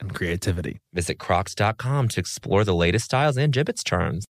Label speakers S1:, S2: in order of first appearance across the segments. S1: and creativity.
S2: Visit crocs.com to explore the latest styles and gibbets charms.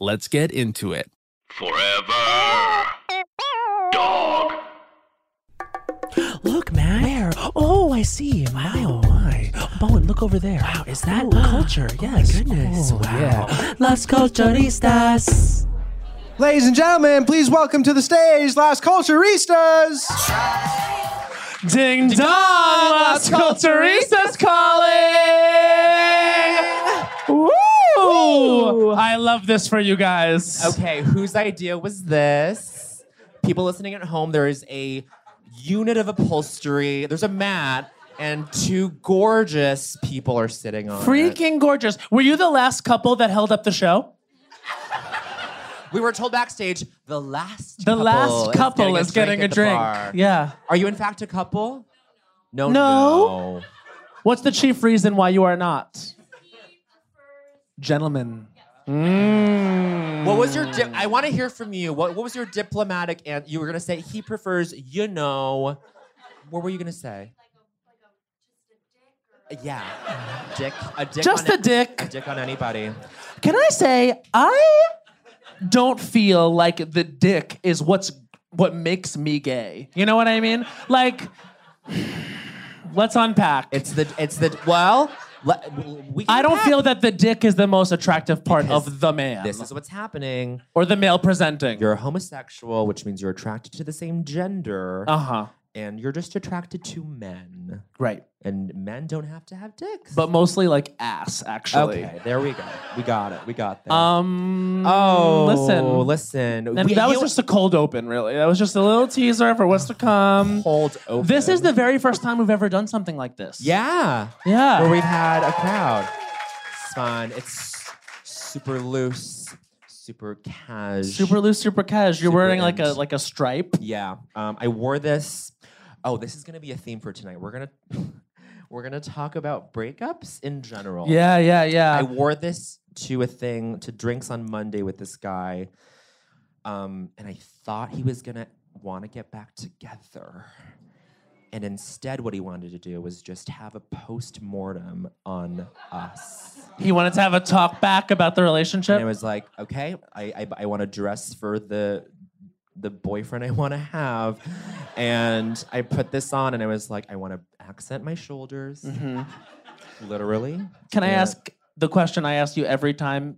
S1: Let's get into it.
S3: Forever. Dog.
S4: Look, man. Where? Oh, I see. Wow. Oh, my. Bowen, look over there.
S5: Wow, is that
S4: Ooh, culture? yes.
S5: Oh, my goodness.
S4: Oh,
S5: wow.
S4: Yeah.
S5: Las Culturistas.
S6: Ladies and gentlemen, please welcome to the stage Las Culturistas.
S1: Ding dong, Las Culturistas calling! Woo! I love this for you guys.
S7: Okay, whose idea was this? People listening at home, there is a unit of upholstery. There's a mat, and two gorgeous people are sitting on it.
S5: Freaking gorgeous. Were you the last couple that held up the show?
S7: We were told backstage the last
S5: The
S7: couple
S5: last couple is getting a drink.
S7: at the bar.
S5: Yeah.
S7: Are you in fact a couple? No.
S5: No.
S7: no.
S5: What's the chief reason why you are not? Gentlemen.
S7: What was
S5: Mm.
S7: your? Di- I want to hear from you. What, what was your diplomatic? And you were gonna say he prefers. You know, what were you gonna say? Yeah, dick. A dick.
S5: Just
S7: on
S5: a dick.
S7: A dick on anybody.
S5: Can I say I don't feel like the dick is what's what makes me gay. You know what I mean? Like let's unpack.
S7: It's the. It's the. Well, let- we. Can
S5: I don't
S7: unpack
S5: feel that the dick is the most attractive part
S7: Because
S5: of the man
S7: This is what's happening.
S5: or the male presenting.
S7: You're a homosexual, which means you're attracted to the same gender,
S5: Uh-huh.
S7: and you're just attracted to men.
S5: Right.
S7: And men don't have to have dicks.
S5: But mostly like ass actually.
S7: okay, there we go. We got it. We got that.
S5: Um
S7: Oh,
S5: listen.
S7: listen.
S5: And
S7: We-
S5: that was
S7: you-
S5: just a cold open, really. That was just a little teaser for what's to come.
S7: hold open.
S5: This is the very first time we've ever done something like this.
S7: yeah,
S5: Yeah.
S7: where we've had a crowd. It's fun. It's super loose, super cash.
S5: Super loose, super cash. You're
S7: Super
S5: wearing like a
S7: int.
S5: like a stripe.
S7: Yeah. Um, I wore this. Oh, this is gonna be a theme for tonight. We're gonna we're gonna talk about breakups in general.
S5: Yeah, yeah, yeah.
S7: I wore this to a thing to drinks on Monday with this guy, um, and I thought he was gonna want to get back together, and instead, what he wanted to do was just have a post mortem on us.
S5: he wanted to have a talk back about the relationship.
S7: And I was like, okay, I I, I want to dress for the the boyfriend I want to have, and I put this on, and I was like, I want to accent my shoulders, literally.
S5: Can I
S7: Yeah.
S5: ask the question I ask you every time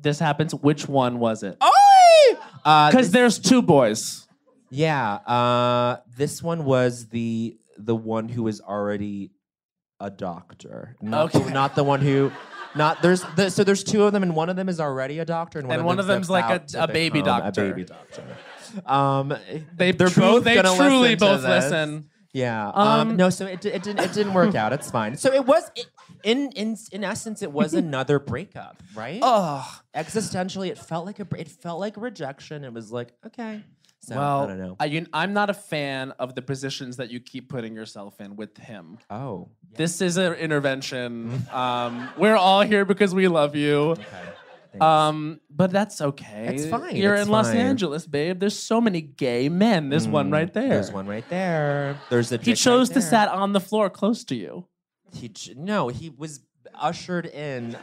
S5: this happens? Which one was
S7: Oh,
S5: it?
S7: Uh,
S5: Because
S7: this-
S5: there's two boys.
S7: Yeah, uh, this one was the the one who was already a doctor, not the, not the one who, not there's the, so there's two of them, and one of them is already a doctor, and one
S5: And
S7: of,
S5: one of them's like a-
S7: about to
S5: a baby
S7: become
S5: doctor.
S7: A baby doctor. Um,
S5: They
S7: they're
S5: tru-
S7: both
S5: they
S7: gonna
S5: truly
S7: listen to
S5: both
S7: this.
S5: listen.
S7: Yeah. Um,
S5: Um,
S7: no, so it, di- it didn't it didn't work out. It's fine. So it was it, in in in essence it was another breakup, right?
S5: Oh,
S7: Existentially, it felt like a br- it felt like rejection. It was like okay. So,
S5: well,
S7: I don't know.
S5: I, you, I'm not a fan of the positions that you keep putting yourself in with him.
S7: oh.
S5: This is an intervention. um, we're all here because we love you.
S7: thanks.
S5: Um, but that's okay.
S7: It's fine,
S5: You're
S7: it's
S5: in Los
S7: fine. Mm,
S5: Angeles, babe. There's so many gay men. There's one right there.
S7: There's one right there. There's a.
S5: He
S7: dick
S5: chose
S7: right
S5: to
S7: there.
S5: sat on the floor close to you.
S7: He ch- no, he was ushered in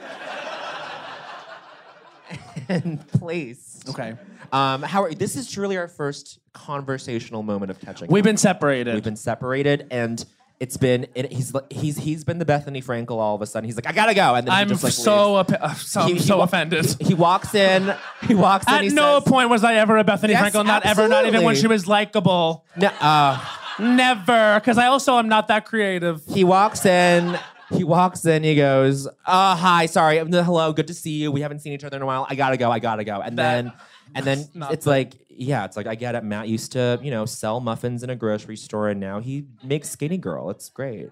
S7: and placed.
S5: Okay.
S7: Um, Howard, this is truly our first conversational moment of touching.
S5: We've been
S7: We've
S5: separated.
S7: been separated, and it's been it, he's li- he's he's been the Bethany Frankel. All of a sudden, he's like, I gotta go, and then
S5: I'm
S7: he just like
S5: so,
S7: leaves.
S5: up- uh, so,
S7: He-
S5: I'm
S7: he
S5: so
S7: wa-
S5: offended.
S7: He walks in. He walks in.
S5: At
S7: he
S5: no
S7: says,
S5: point was I ever a Bethany
S7: Yes,
S5: Frankel. Not ever. Not even when
S7: absolutely.
S5: she was likable.
S7: No, uh,
S5: Never. Because I also am not that creative.
S7: he walks in. He walks in. He goes, "Uh, hi, sorry, um, hello, good to see you. We haven't seen each other in a while. I gotta go. I gotta go." And
S5: That-
S7: then, and then
S5: not
S7: it's like, yeah, it's like I get it. Matt used to, you know, sell muffins in a grocery store, and now he makes Skinny Girl. It's great.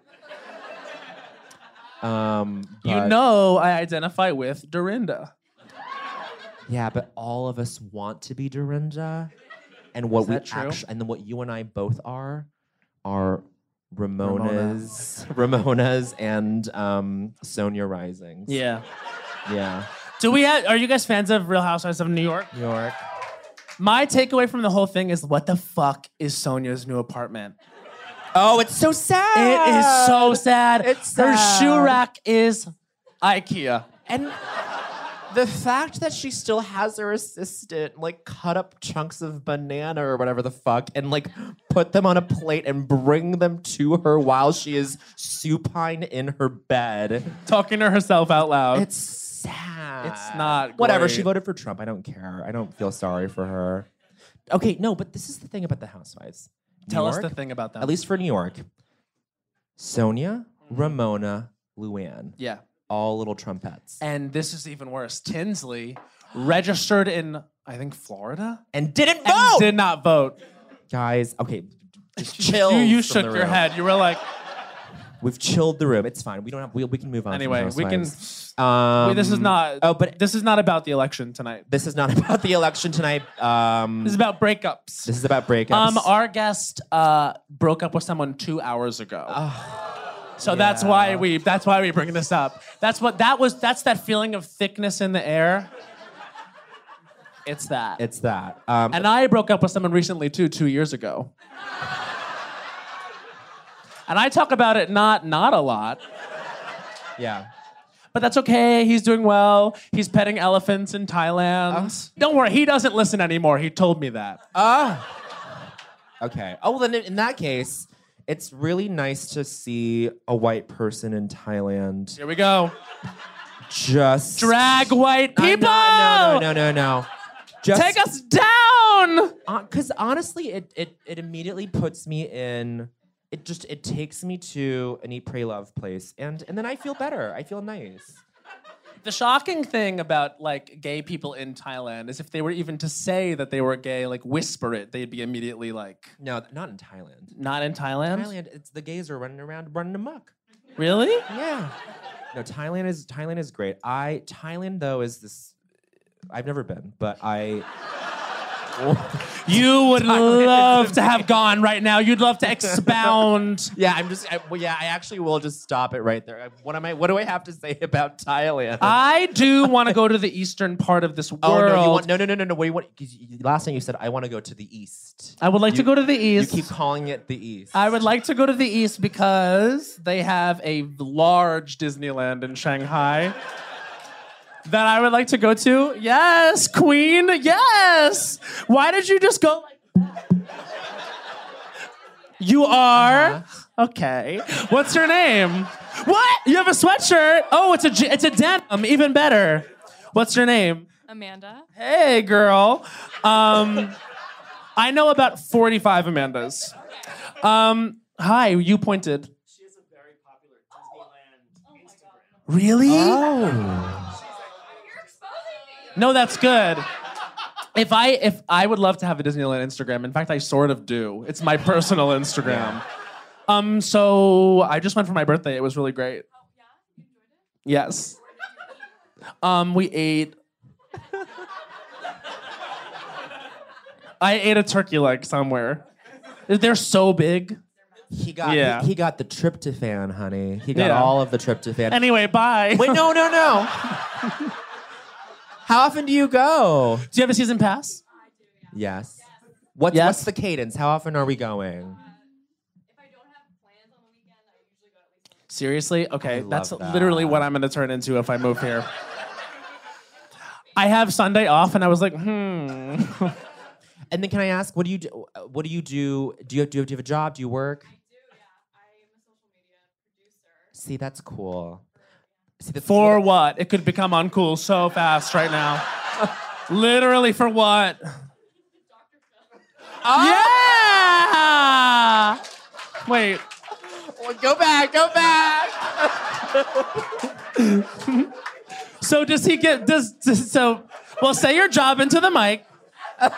S7: Um,
S5: You
S7: but-
S5: know, I identify with Dorinda.
S7: yeah, but all of us want to be Dorinda, and what
S5: Is
S7: we
S5: that true?
S7: actu- and then what you and I both are, are. Ramona's, Ramona's, and um, Sonia Risings.
S5: Yeah.
S7: Yeah.
S5: Do we have? Are you guys fans of Real Housewives of New York?
S7: New York.
S5: My takeaway from the whole thing is, what the fuck is Sonia's new apartment?
S7: Oh, it's so sad.
S5: It is so sad.
S7: It's
S5: Her shoe
S7: sad.
S5: rack is IKEA.
S7: And the fact that she still has her assistant like cut up chunks of banana or whatever the fuck and like put them on a plate and bring them to her while she is supine in her bed.
S5: Talking to herself out loud.
S7: It's sad.
S5: Oh. It's not
S7: Whatever. She
S5: great.
S7: voted for Trump. I don't care. I don't feel sorry for her. Okay, no, but this is the thing about the housewives. New
S5: Tell us
S7: York,
S5: the thing about that.
S7: At least for New York. Sonia,
S5: Mm-hmm.
S7: Ramona, Luann.
S5: yeah.
S7: all little trumpets. And,
S5: And this is even worse. Tinsley registered in, I think, Florida,
S7: didn't
S5: and
S7: vote.
S5: did not vote.
S7: Guys, okay, just
S5: You,
S7: chill.
S5: you shook your head. You were like,
S7: We've chilled the room. It's fine. We don't have. We, we can move on. from
S5: anyway, we can.
S7: Housewives. Um,
S5: Wait, this is not.
S7: Oh, but
S5: this is not about the election tonight.
S7: this is not about the election tonight. Um,
S5: This is about breakups.
S7: this is about breakups.
S5: um, our guest uh, broke up with someone two hours ago. so that's why we that's why we bring this up. That's what that was. That's that feeling of thickness in the air. It's that.
S7: it's that. Um,
S5: And I broke up with someone recently too, two years ago. And I talk about it not not a lot,
S7: yeah.
S5: but that's okay. He's doing well. He's petting elephants in Thailand. Don't worry, he doesn't listen anymore. He told me that.
S7: Uh, Ah! Okay. Oh, well, then in that case, it's really nice to see a white person in Thailand
S5: Here we go.
S7: just
S5: Drag white
S7: I'm
S5: people.
S7: not- No, no, no, no, no. Just
S5: Take us down.
S7: because Uh, honestly it, it it immediately puts me in it just it takes me to an eat pray love place and and then i feel better i feel nice
S5: The shocking thing about like gay people in Thailand is if they were even to say that they were gay, like whisper it, they'd be immediately like,
S7: no not in thailand
S5: not in Thailand.
S7: thailand it's the gays are running around running amok
S5: Really?
S7: yeah no thailand is thailand is great i thailand though is this i've never been but i
S5: You would love to have gone right now. You'd love to expound.
S7: yeah i'm just I, well, yeah i actually will just stop it right there I- what am i what do i have to say about thailand
S5: I do want to go to the eastern part of this world.
S7: Oh no! You want no no no no no! What do you want? 'cause you- Last night you said I want to go to the east.
S5: I would like to
S7: You-
S5: go to the east.
S7: You keep calling it the East.
S5: I would like to go to the east because they have a large Disneyland in Shanghai that I would like to go to. Yes, Queen. Yes. Why did you just go like You are okay. What's your name? What? You have a sweatshirt? Oh, it's a j- it's a denim. Even better. What's your name?
S8: Amanda.
S5: Hey, girl. Um, I know about 45 Amandas. Um, hi, you pointed. Really?
S7: Oh.
S5: No, that's good. If I if I would love to have a Disneyland Instagram. In fact, I sort of do. It's my personal Instagram. Um, so I just went for my birthday. It was really great. Yes. Um, we ate. I ate a turkey leg somewhere. They're so big.
S7: He got
S5: Yeah.
S7: he, he got the tryptophan, honey. He got
S5: Yeah.
S7: all of the tryptophan.
S5: Anyway, bye.
S7: Wait, no, no, no. How often do you go?
S5: Do you have a season pass?
S7: Yes. What's,
S5: Yes.
S7: what's the cadence? How often are we going?
S5: Seriously? Okay, that's
S7: love that.
S5: literally what I'm going to turn into if I move here. I have Sunday off, and I was like, hmm.
S7: And then can I ask, what do you do? uh, What do you do? Do you have, do you have, do you have a job? Do you work? See, that's cool. See, that's
S5: For
S7: cool.
S5: what? It could become uncool so fast right now. literally for what?
S7: Oh!
S5: Yeah! Wait.
S7: Go back, go back.
S5: So does he get does, does so? Well, say your job into the mic.
S8: This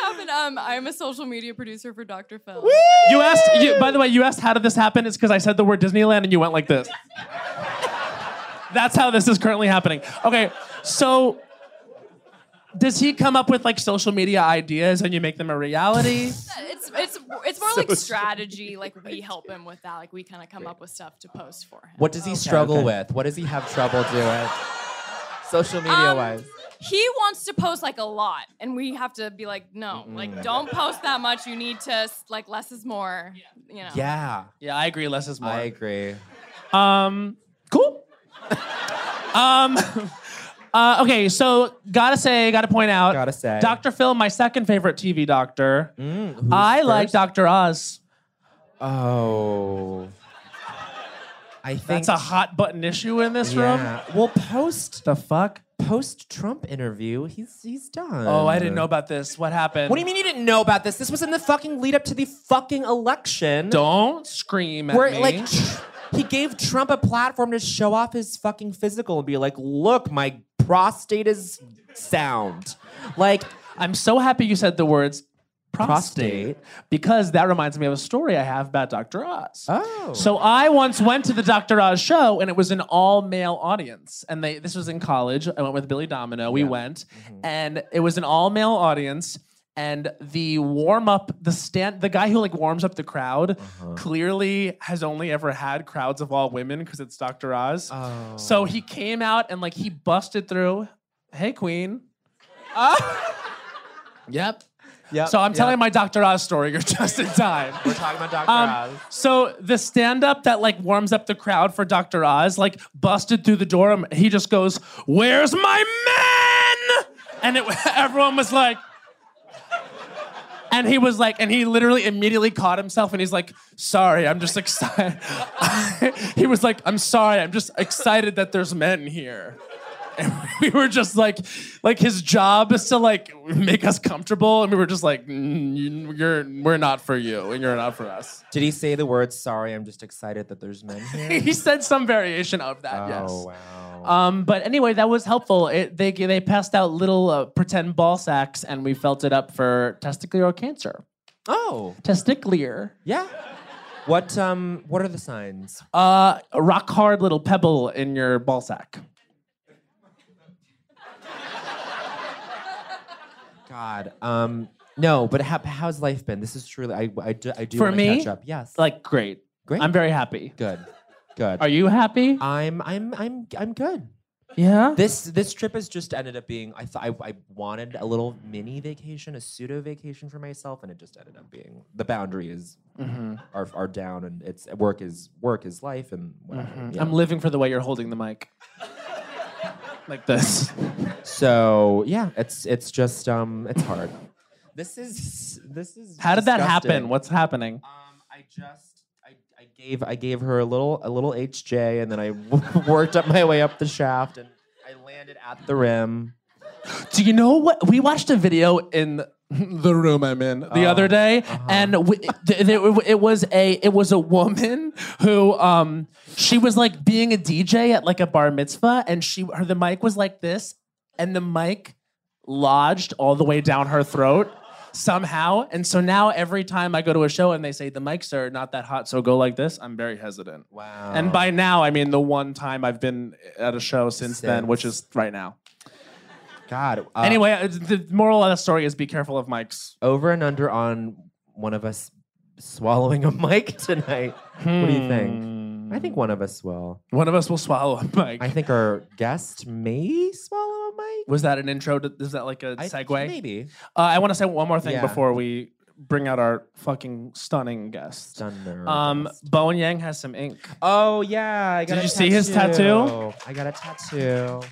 S8: happened. Um, I'm a social media producer for Dr. Phil.
S5: You asked. You, by the way, you asked how did this happen? It's because I said the word Disneyland and you went like this. That's how this is currently happening. Okay, so does he come up with like social media ideas and you make them a reality?
S8: It's it's it's more like strategy. Like we help him with that. Like we kind of come up with stuff to post for him.
S7: What does he struggle with? What does he have trouble doing? Social media
S8: Um,
S7: wise.
S8: He wants to post like a lot, and we have to be like, no, like don't post that much. You need to like less is more. You know.
S7: Yeah,
S5: yeah, I agree. Less is more.
S7: I agree.
S5: Um, cool. um, uh, okay, so gotta say, gotta point out,
S7: Gotta say. Mm,
S5: Dr. Phil, my second favorite TV doctor. I like Dr. Oz.
S7: Oh. I think
S5: That's a hot button issue in this room.
S7: yeah. Well, post
S5: The fuck?
S7: post Trump interview, he's he's done.
S5: Oh, I didn't know about this. What happened?
S7: uh, What do you mean you didn't know about this? This was in the fucking lead up to the fucking election.
S5: Don't scream at
S7: where
S5: me.
S7: like tr- he gave Trump a platform to show off his fucking physical and be like, look, my prostate is sound. Like
S5: I'm so happy you said the words
S7: Prostate.
S5: prostate, because that reminds me of a story I have about Dr. Oz.
S7: oh.
S5: So I once went to the Dr. Oz show and it was an all male audience. And they this was in college. I went with Billy Domino. We went
S7: Mm-hmm.
S5: and it was an all male audience. And the warm up, the stand, the guy who like warms up the crowd
S7: Uh-huh.
S5: clearly has only ever had crowds of all women because it's Dr. Oz.
S7: Oh.
S5: So he came out and like he busted through. Hey, Queen. yep.
S7: Yep,
S5: So I'm
S7: yep.
S5: telling my Dr. Oz story. You're just in time.
S7: We're talking about Dr.
S5: Um,
S7: Oz.
S5: so the stand-up that like warms up the crowd for Dr. Oz, like busted through the door. and He just goes, "Where's my man?" And it, everyone was like, and he was like, and he literally immediately caught himself, and he's like, "Sorry, I'm just excited." he was like, "I'm sorry, I'm just excited that there's men here." And we were just like, like his job is to like make us comfortable, and we were just like, "Mm, you- "You're, we're not for you, and you're not for us."
S7: Did he say the words sorry, I'm just excited that there's men here?
S5: he said some variation of that.
S7: Oh
S5: yes.
S7: wow.
S5: Um, but anyway, that was helpful. It, they they passed out little uh, pretend ball sacks, and we felt it up for testicular cancer.
S7: oh.
S5: Testicular.
S7: Yeah. What um what are the signs? Oh,
S5: Uh, a rock hard little pebble in your ball sack.
S7: God. Um no, but how, how's life been? This is truly I I do, I do
S5: For
S7: wanna
S5: me?
S7: catch up. Yes.
S5: Like great.
S7: Great.
S5: I'm very happy.
S7: good. Good.
S5: Are you happy?
S7: I'm I'm I'm I'm good.
S5: yeah.
S7: This this trip has just ended up being I thought I, I wanted a little mini vacation, a pseudo vacation for myself, and it just ended up being the boundary is
S5: Mm-hmm.
S7: are, are down, and it's work is work is life, and whatever. yeah.
S5: Mm-hmm. I'm living for the way you're holding the mic. like this.
S7: so yeah, it's it's just um it's hard. This is this is
S5: How did that happen?
S7: disgusting.
S5: What's happening?
S7: Um, I just I, I gave I gave her a little a little HJ, and then I worked up my way up the shaft, and I landed at the rim.
S5: Do you know what we watched a video in the room I'm in the
S4: Oh,
S5: other day,
S7: uh-huh.
S5: and we, th- there- it was a it was a woman who um she was like being a DJ at like a bar mitzvah, and she her the mic was like this, and the mic lodged all the way down her throat somehow, and so now every time I go to a show and they say the mics are not that hot, so go like this, I'm very hesitant.
S7: Wow.
S5: And by now I mean the one time I've been at a show since then,
S7: Since.
S5: which is right now.
S7: God. uh,
S5: Anyway, uh, the moral of the story is be careful of mics.
S7: over and under on one of us swallowing a mic tonight. What do you think? I think one of us will.
S5: One of us will swallow a mic.
S7: I think our guest may swallow a mic.
S5: Was that an intro? To, is that like a
S7: I-
S5: segue?
S7: maybe.
S5: Uh, I want to say one more thing
S7: Yeah.
S5: before we bring out our fucking stunning guest.
S7: Stunner.
S5: Um, Bowen Yang has some ink.
S7: oh yeah, I got
S5: Did
S7: a
S5: you see his tattoo?
S7: I got a tattoo.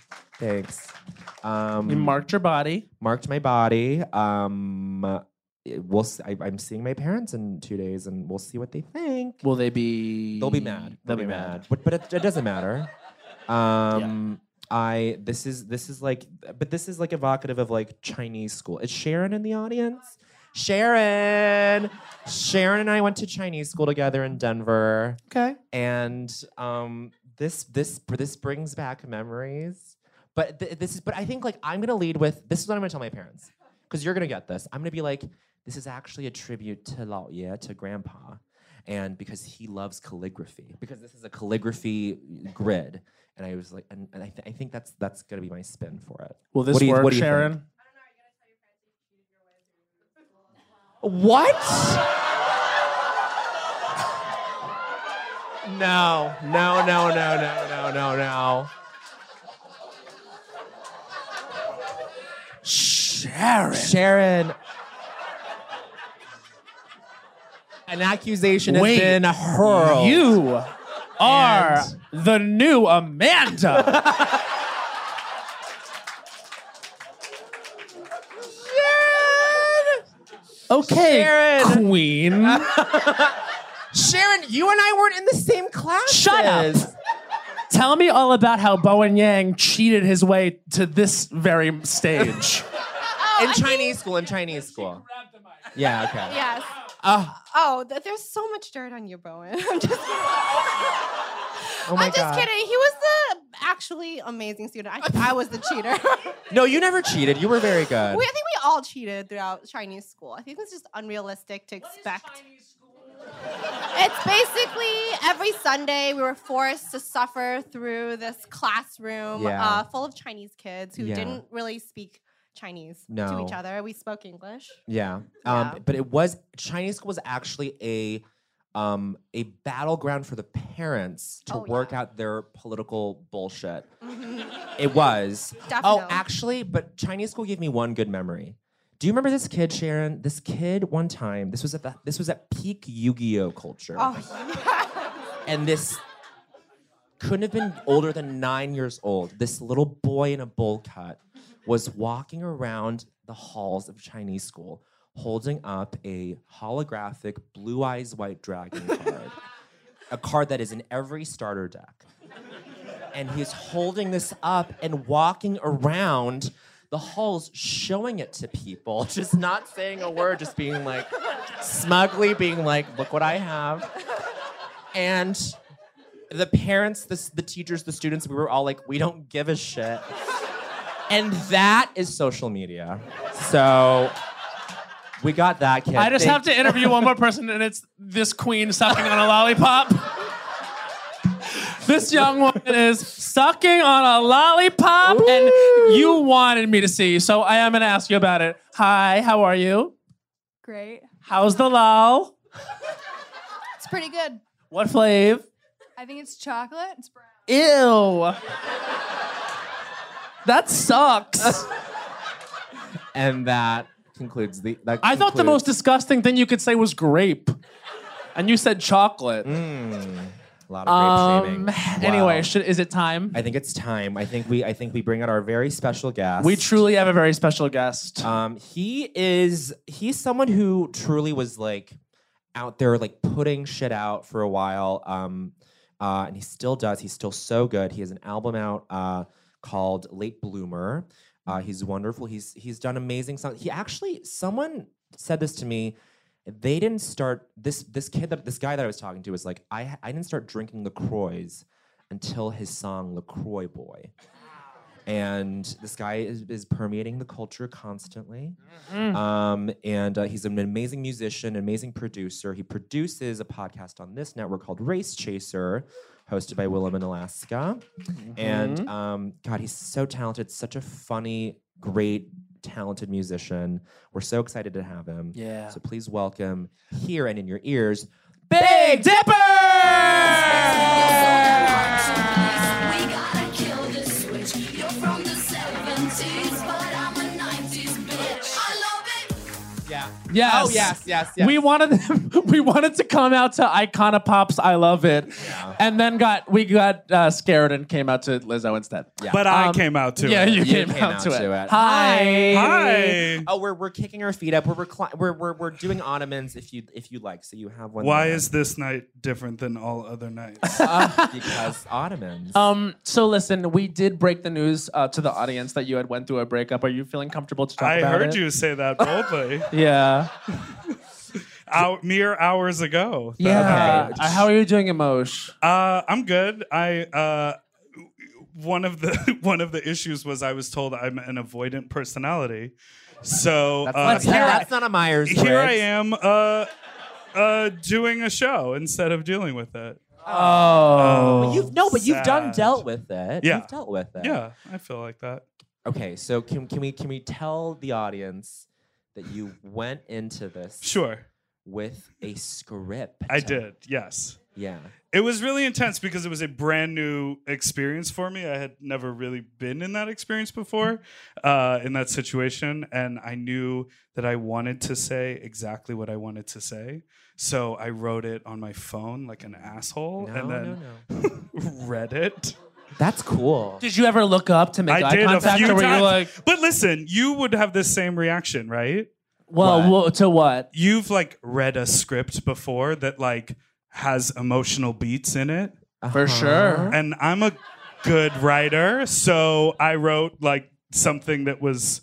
S7: Thanks. Um,
S5: You marked your body.
S7: Marked my body. Um, it- we'll. s- I, am seeing my parents in two days, and we'll see what they think.
S5: Will they be?
S7: They'll be mad.
S5: They'll be
S7: mad. But but it, it doesn't matter. Um, I this is this is like but this is like evocative of like Chinese school. Is Sharon in the audience? Sharon, Sharon and I went to Chinese school together in Denver.
S5: Okay.
S7: And um, this this this brings back memories. But th- this is but I think like I'm gonna lead with this is what I'm gonna tell my parents because you're gonna get this. I'm gonna be like this is actually a tribute to Lao Ye to Grandpa, and because he loves calligraphy because this is a calligraphy grid. And I was like, and, and I, th- I think that's that's gonna be my spin for it.
S5: Will this
S7: What do you-
S5: work,
S7: what do you think?
S5: Sharon?
S7: What?
S5: No,
S7: no, no, no, no, no, no, no.
S5: Sharon.
S7: Sharon. An accusation has
S5: Wait,
S7: been hurled.
S5: You are the new Amanda. okay,
S7: Sharon.
S5: Queen.
S7: Sharon, you and I weren't in the same class.
S5: Shut up. Tell me all about how Bowen Yang cheated his way to this very stage. Oh,
S7: in Chinese school, in Chinese school. Yeah, okay.
S9: Yes.
S7: Oh,
S9: Oh, th- there's so much dirt on you, Bowen. I'm just kidding.
S7: oh my
S9: I'm just
S7: God.
S9: kidding. He was the actually amazing student. I, I was the cheater.
S7: No, you never cheated. You were very good.
S9: we, I think we all cheated throughout Chinese school. I think it's just unrealistic to expect. It's basically every Sunday we were forced to suffer through this classroom
S7: Yeah.
S9: uh, full of Chinese kids who
S7: Yeah.
S9: didn't really speak Chinese to
S7: No.
S9: each other. We spoke English.
S7: Yeah. Um, But it was Chinese school was actually a um, a battleground for the parents to work out their political bullshit. It was. Oh,
S9: Definitely.
S7: actually, but Chinese school gave me one good memory. Do you remember this kid, Sharon? This kid one time. This was at the this was at peak Yu-Gi-Oh culture, and this couldn't have been older than nine years old. This little boy in a bowl cut was walking around the halls of Chinese school, holding up a holographic blue eyes white dragon card, a card that is in every starter deck and he's holding this up and walking around the halls showing it to people just not saying a word just being like smugly being like look what i have and the parents the, the teachers the students we were all like we don't give a shit and that is social media so we got that kid
S5: I just have
S7: Thank-
S5: to interview one more person, and it's this queen sucking on a lollipop. This young woman is sucking on a lollipop, and you wanted me to see, so I am gonna ask you about it. Hi, how are you?
S9: Great.
S5: How's the lol?
S9: It's pretty good.
S5: What flavor?
S9: I think it's chocolate. It's brown.
S5: Ew. That sucks.
S7: and that concludes the that
S5: I thought the
S7: concludes-
S5: most disgusting thing you could say was grape, and you said chocolate.
S7: a lot of grape
S5: Um,
S7: shaming.
S5: anyway,
S7: Wow.
S5: should, is it time?
S7: I think it's time. I think we I think we bring out our very special guest.
S5: We truly have a very special guest.
S7: Um, he is he's someone who truly was like out there like putting shit out for a while. Um, uh, and he still does. He's still so good. He has an album out uh, called Late Bloomer. Uh, he's wonderful. He's he's done amazing songs. He actually someone said this to me. They didn't start this this kid that this guy that I was talking to was like I I didn't start drinking Lacroix until his song Lacroix Boy. And this guy is, is permeating the culture constantly.
S10: Mhm.
S7: Um, and uh, he's an amazing musician, amazing producer. He produces a podcast on this network called Race Chaser, hosted by Willem in Alaska.
S10: Mm-hmm.
S7: And um, God, he's so talented, such a funny, great, talented musician. We're so excited to have him.
S5: Yeah.
S7: So please welcome here and in your ears,
S5: Big Dipper!
S11: We gotta kill this switch. You're from the 70s, but I'm a 90s bitch. I love it.
S10: Yeah.
S5: Yes.
S10: Oh yes, yes, yes.
S5: We wanted them, we wanted to come out to Icona Pops. I love it, and then got we got uh, scared and came out to Lizzo instead.
S12: But I
S5: Um,
S12: came out to
S5: yeah,
S12: it.
S5: you, came, out, to, it. Hi.
S12: Hi.
S7: Oh, we're, we're kicking our feet up. We're, recli- we're we're we're doing ottomans if you if you like. So you have one.
S12: Why
S7: there.
S12: is this night different than all other nights?
S5: Uh,
S7: because ottomans.
S5: Um. So listen, we did break the news uh, to the audience that you had went through a breakup. Are you feeling comfortable to talk
S12: I
S5: about it?
S12: heard you say that boldly.
S5: Yeah.
S12: Hour, mere hours ago. that
S5: Yeah.
S12: happened.
S5: Uh, How are you doing, Emosh?
S12: Uh, I'm good. I uh, one of the one of the issues was I was told I'm an avoidant personality. So
S7: That's
S12: uh,
S7: not-
S12: here I-
S7: that's not a Myers
S12: Here I
S7: Briggs.
S12: am uh, uh, doing a show instead of dealing with it. Uh,
S7: Oh. But you've- no, but you've done
S12: Sad.
S7: dealt with it.
S12: Yeah.
S7: You've dealt with it.
S12: Yeah, I feel like that.
S7: Okay, so can can we can we tell the audience that you went into this
S12: Sure.
S7: with a script?
S12: I did. Yes.
S7: Yeah.
S12: It was really intense because it was a brand new experience for me. I had never really been in that experience before, uh, in that situation. And I knew that I wanted to say exactly what I wanted to say. So I wrote it on my phone like an asshole and
S7: No,
S12: then read it.
S7: That's cool.
S5: Did you ever look up to make
S12: I
S5: eye
S12: did a
S5: contact,
S12: few
S5: or were you
S12: times.
S5: like,
S12: but listen, you would have the same reaction, right?
S5: well, wha- to what?
S12: You've like read a script before that like has emotional beats in it.
S5: For sure.
S12: And I'm a good writer, so I wrote like something that was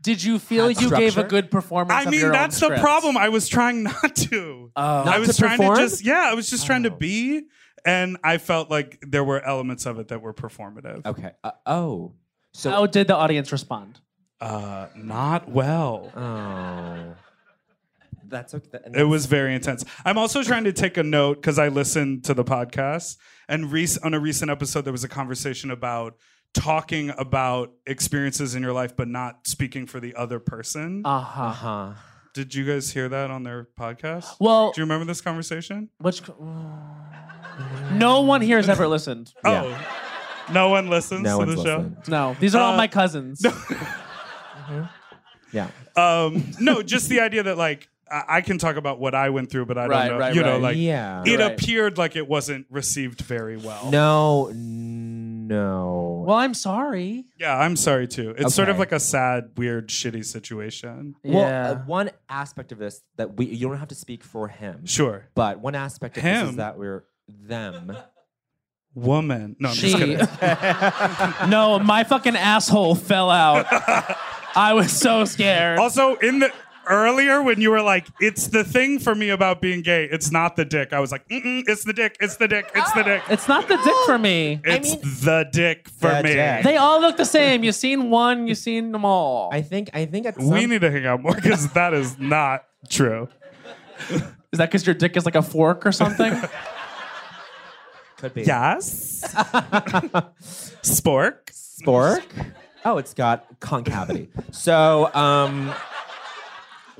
S5: Did you feel
S12: Had
S5: you gave a
S12: structure?
S5: good performance?
S12: I
S5: of
S12: mean,
S5: your own
S12: that's the
S5: script? Oh.
S12: problem. I was trying not to.
S5: Not
S12: I
S5: to
S12: was trying
S5: perform? Oh.
S12: to just yeah, I was just trying to be and I felt like there were elements of it that were performative.
S7: Okay. Uh, oh. So
S5: how did the audience respond?
S12: Uh, not well.
S7: Oh. That's okay.
S12: It was very intense. I'm also trying to take a note because I listened to the podcast, and rec- on a recent episode, there was a conversation about talking about experiences in your life, but not speaking for the other person.
S7: Uh,
S5: Uh-huh.
S12: Did you guys hear that on their podcast?
S5: Well,
S12: do you remember this conversation?
S5: Which no one here has ever listened.
S12: Oh, no one listens
S7: No
S12: to the
S7: one's
S12: show.
S7: listened.
S5: No, these are all
S12: Uh,
S5: my cousins.
S7: Yeah.
S12: Um, no, just the idea that like I, I can talk about what I went through, but I
S7: Right,
S12: don't know.
S7: right,
S12: you know,
S7: right.
S12: like
S7: Yeah.
S12: it
S7: Right.
S12: appeared like it wasn't received very well.
S7: No. No.
S5: Well, I'm sorry.
S12: Yeah, I'm sorry too. It's sort of
S7: Okay.
S12: like a sad, weird, shitty situation.
S7: Well, uh, one aspect of this that we you don't have to speak for him.
S12: Sure.
S7: But one aspect of this
S12: Him?
S7: is that we're them.
S12: woman. No, I'm just
S5: She-
S12: kidding.
S5: uh, no, my fucking asshole fell out. I was so scared.
S12: Also, in the earlier when you were like, "It's the thing for me about being gay. It's not the dick." I was like, Mm-mm, "It's the dick. It's the dick. It's the dick."
S5: It's not the dick for me.
S12: It's the dick for me.
S5: They all look the same. You've seen one, you've seen them all. I
S7: think. I think at
S12: we need to hang out more because that is not true.
S5: Is that because your dick is like a fork or something?
S7: Could be.
S12: Yes. Spork.
S7: Spork. Oh, it's got concavity. so, um,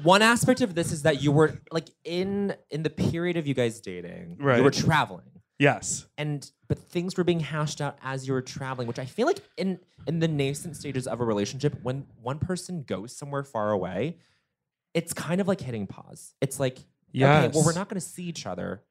S7: one aspect of this is that you were like in in the period of you guys dating,
S12: Right.
S7: you were traveling.
S12: Yes.
S7: And but things were being hashed out as you were traveling, which I feel like in in the nascent stages of a relationship, when one person goes somewhere far away, it's kind of like hitting pause. It's like, okay, well, we're
S12: Yes.
S7: not going to see each other,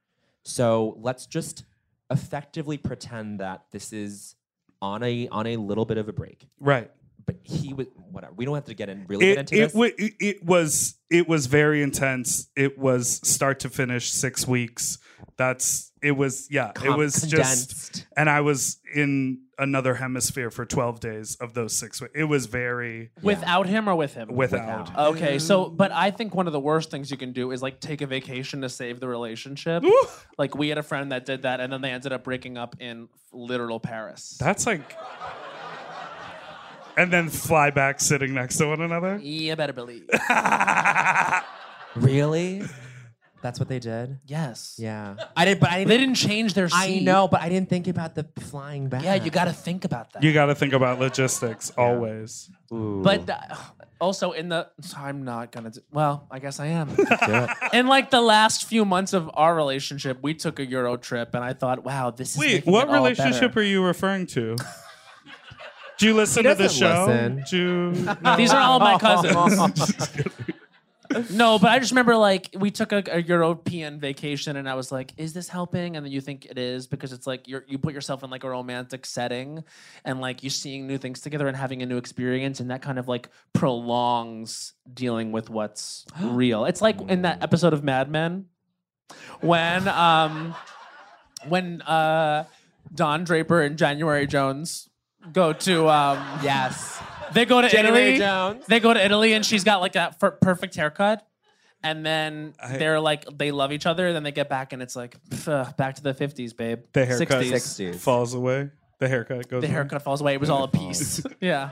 S7: so let's just effectively pretend that this is on a on a little bit of a break.
S12: Right.
S7: But he was whatever. We don't have to get in really get
S12: it,
S7: into
S12: it,
S7: this.
S12: wa- it, it was it was very intense. It was start to finish six weeks. That's it was yeah.
S7: Com-
S12: it was just
S7: condensed.
S12: and I was in another hemisphere for 12 days of those six. we- It was very
S5: Without him or with him?
S12: Without.
S5: Okay, so but I think one of the worst things you can do is like take a vacation to save the relationship. Like we had a friend that did that, and then they ended up breaking up in literal Paris.
S12: That's like. And then fly back sitting next to one another.
S5: You better believe.
S7: Really? That's what they did.
S5: Yes.
S7: Yeah.
S5: I did, but I they didn't change their.
S7: I
S5: seat.
S7: know, but I didn't think about the flying back.
S5: Yeah, you got to think about that.
S12: You got to think about logistics always.
S5: But the, also in the I'm not gonna. Do, well, I guess I am. in like the last few months of our relationship, we took a Euro trip, and I thought, wow, this is
S12: Wait,
S5: making
S12: what
S5: it all
S12: relationship
S5: better.
S12: are you referring to? Do you listen
S5: He
S12: to the
S5: doesn't
S12: show?
S5: listen.
S12: Do you-
S5: These are all my cousins. No, but I just remember like we took a, a European vacation, and I was like, "Is this helping?" And then you think it is because it's like you you put yourself in like a romantic setting, and like you're seeing new things together and having a new experience, and that kind of like prolongs dealing with what's real. It's like in that episode of Mad Men when um when uh Don Draper and January Jones go to um yes they go to
S7: January
S5: Italy
S7: Jones.
S5: they go to Italy and she's got like that fer- perfect haircut and then they're like they love each other and then they get back and it's like pff, uh, back to the 50s babe
S12: The haircut
S5: 60s.
S12: falls away. The haircut goes
S5: the
S12: away.
S5: haircut falls away it was all a piece yeah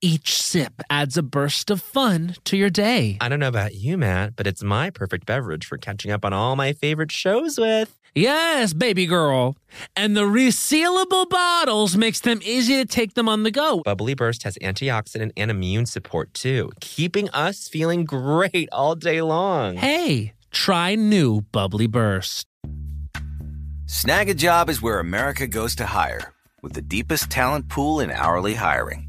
S1: Each sip adds a burst of fun to your day.
S2: I don't know about you, Matt, but it's my perfect beverage for catching up on all my favorite shows with.
S1: Yes, baby girl. And the resealable bottles makes them easy to take them on the go.
S2: Bubbly Burst has antioxidant and immune support too, keeping us feeling great all day long.
S1: Hey, try new Bubbly Burst.
S10: Snag a job is where America goes to hire, with the deepest talent pool in hourly hiring.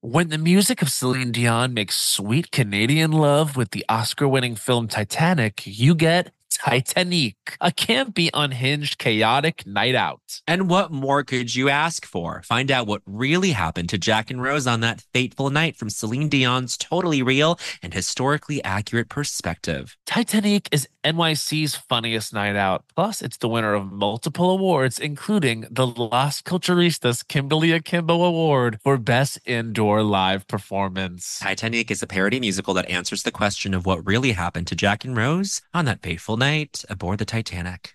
S13: When the music of Celine Dion makes sweet Canadian love with the Oscar winning film Titanic, you get Titanic, a campy, unhinged, chaotic night out.
S2: And what more could you ask for? Find out what really happened to Jack and Rose on that fateful night from Celine Dion's totally real and historically accurate perspective.
S13: Titanic is NYC's funniest night out. Plus, it's the winner of multiple awards, including the Las Culturistas Kimberly Akimbo Award for Best Indoor Live Performance.
S2: Titanic is a parody musical that answers the question of what really happened to Jack and Rose on that fateful night aboard the Titanic.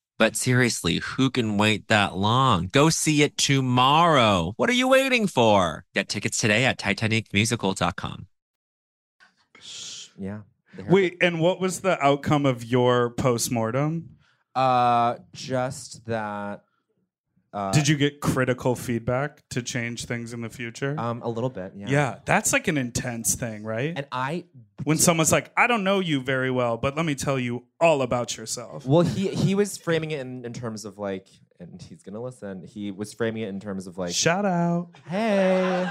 S2: But seriously, who can wait that long? Go see it tomorrow. What are you waiting for? Get tickets today at TitanicMusical.com.
S7: Yeah.
S12: Wait, and what was the outcome of your postmortem?
S7: Uh, just that. Uh,
S12: Did you get critical feedback to change things in the future?
S7: Um, a little bit. Yeah.
S12: Yeah, that's like an intense thing, right?
S7: And I,
S12: when someone's like, "I don't know you very well, but let me tell you all about yourself."
S7: Well, he he was framing it in, in terms of like, and he's gonna listen. He was framing it in terms of like,
S12: Shout out.
S7: Hey.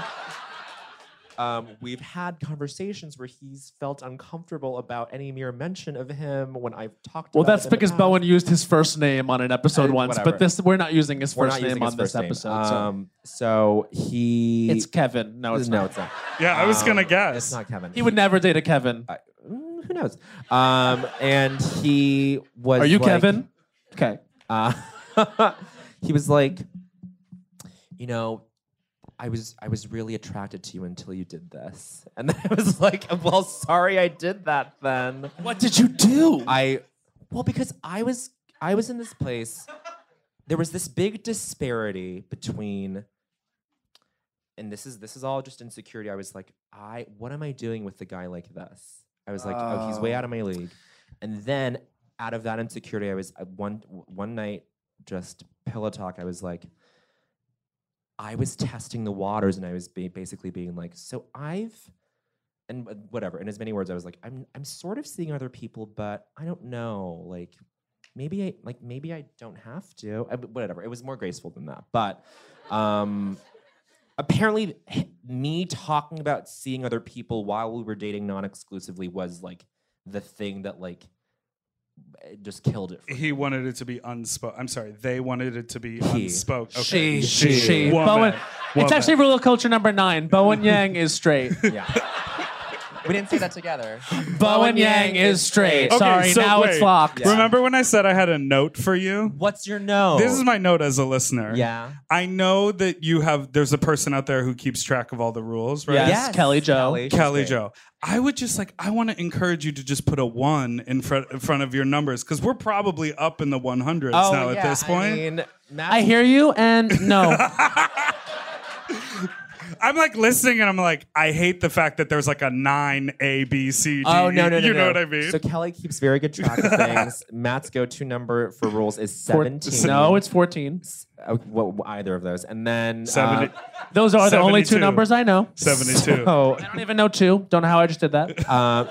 S7: Um, we've had conversations where he's felt uncomfortable about any mere mention of him when I've talked.
S5: Well,
S7: about
S5: that's
S7: it in the
S5: because
S7: past.
S5: Bowen used his first name on an episode
S7: Uh,
S5: once,
S7: whatever.
S5: but this we're not using his
S7: We're
S5: first
S7: not
S5: name
S7: using his
S5: on this
S7: first name.
S5: episode. so-
S7: Um, so he.
S5: It's Kevin. No, it's
S7: no,
S5: not.
S7: it's not.
S5: Yeah, I was gonna
S7: guess. It's not Kevin.
S5: He would never date a Kevin.
S7: Mm, who knows? Um, and he was.
S5: Are you
S7: like-
S5: Kevin? Okay.
S7: Uh, he was like, you know, I was I was really attracted to you until you did this, and then I was like, well, sorry, I did that. Then
S5: what did you do?
S7: I well because I was I was in this place. There was this big disparity between, and this is this is all just insecurity. I was like, I what am I doing with the guy like this? I was like, oh, he's way
S5: Oh.
S7: out of my league. And then out of that insecurity, I was I- one one night just pillow talk. I was like, I was testing the waters, and I was be- basically being like, so I've and wh- whatever. In as many words, I was like, I'm I'm sort of seeing other people, but I don't know. Like maybe I like maybe I don't have to. I- but whatever. It was more graceful than that, but. Um, apparently me talking about seeing other people while we were dating non-exclusively was like the thing that like it just killed it for
S12: He wanted it to be unspoken. I'm sorry, they wanted it to be
S7: He.
S12: unspoken.
S5: She, she, Bowen. It's actually rural culture number nine. Bowen Yang is straight.
S7: Yeah. We didn't say that together.
S5: Bowen Yang is straight. Sorry, now it's locked.
S12: Remember when I said I had a note for you?
S7: What's your note?
S12: This is my note as a listener.
S7: Yeah.
S12: I know that you have, there's a person out there who keeps track of all the rules, right?
S5: Yes, Yes, Kelly Jo. Kelly,
S12: Kelly,
S5: she's great.
S12: Joe. I would just like, I want to encourage you to just put a one in front, in front of your numbers because we're probably up in the 100s
S5: Oh,
S12: now at
S5: yeah,
S12: this
S5: I
S12: point.
S7: mean,
S5: I hear you, and no.
S12: I'm like listening and I'm like, I hate the fact that there's like a nine A B C D. E.
S7: Oh no no no!
S12: You know
S7: no.
S12: what I mean?
S7: So Kelly keeps very good track of things. Matt's go-to number for rules is
S5: Four-
S7: seventeen.
S5: no, it's 14.
S7: Uh, well, either of those, and then
S5: Seventy-
S7: uh,
S5: Those are the only two numbers I know.
S7: So-
S5: I don't even know two. Don't know how I just did that.
S7: Um,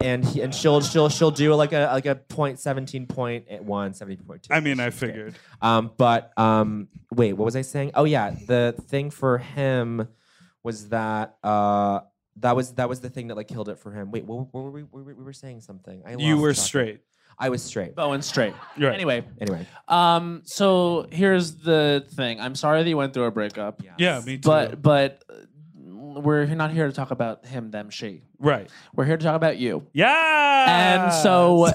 S7: and he, and she'll she'll she'll do like a like a point seventeen point at one seventeen point two.
S12: I mean, I figured.
S7: Um, but um, wait, what was I saying? Oh yeah, the thing for him was that uh, that was that was the thing that like killed it for him. Wait, what, what were we, we were- we were saying something? I
S12: You
S7: lost
S12: were
S7: track of-
S12: straight.
S7: I was straight.
S5: Bowen straight.
S12: Right.
S5: Anyway.
S7: Anyway.
S5: Um, so here's the thing. I'm sorry that you went through a breakup.
S12: Yeah, me too.
S5: But but uh, we're not here to talk about him, them, she.
S12: Right.
S5: We're here to talk about you.
S12: Yeah.
S5: And so uh,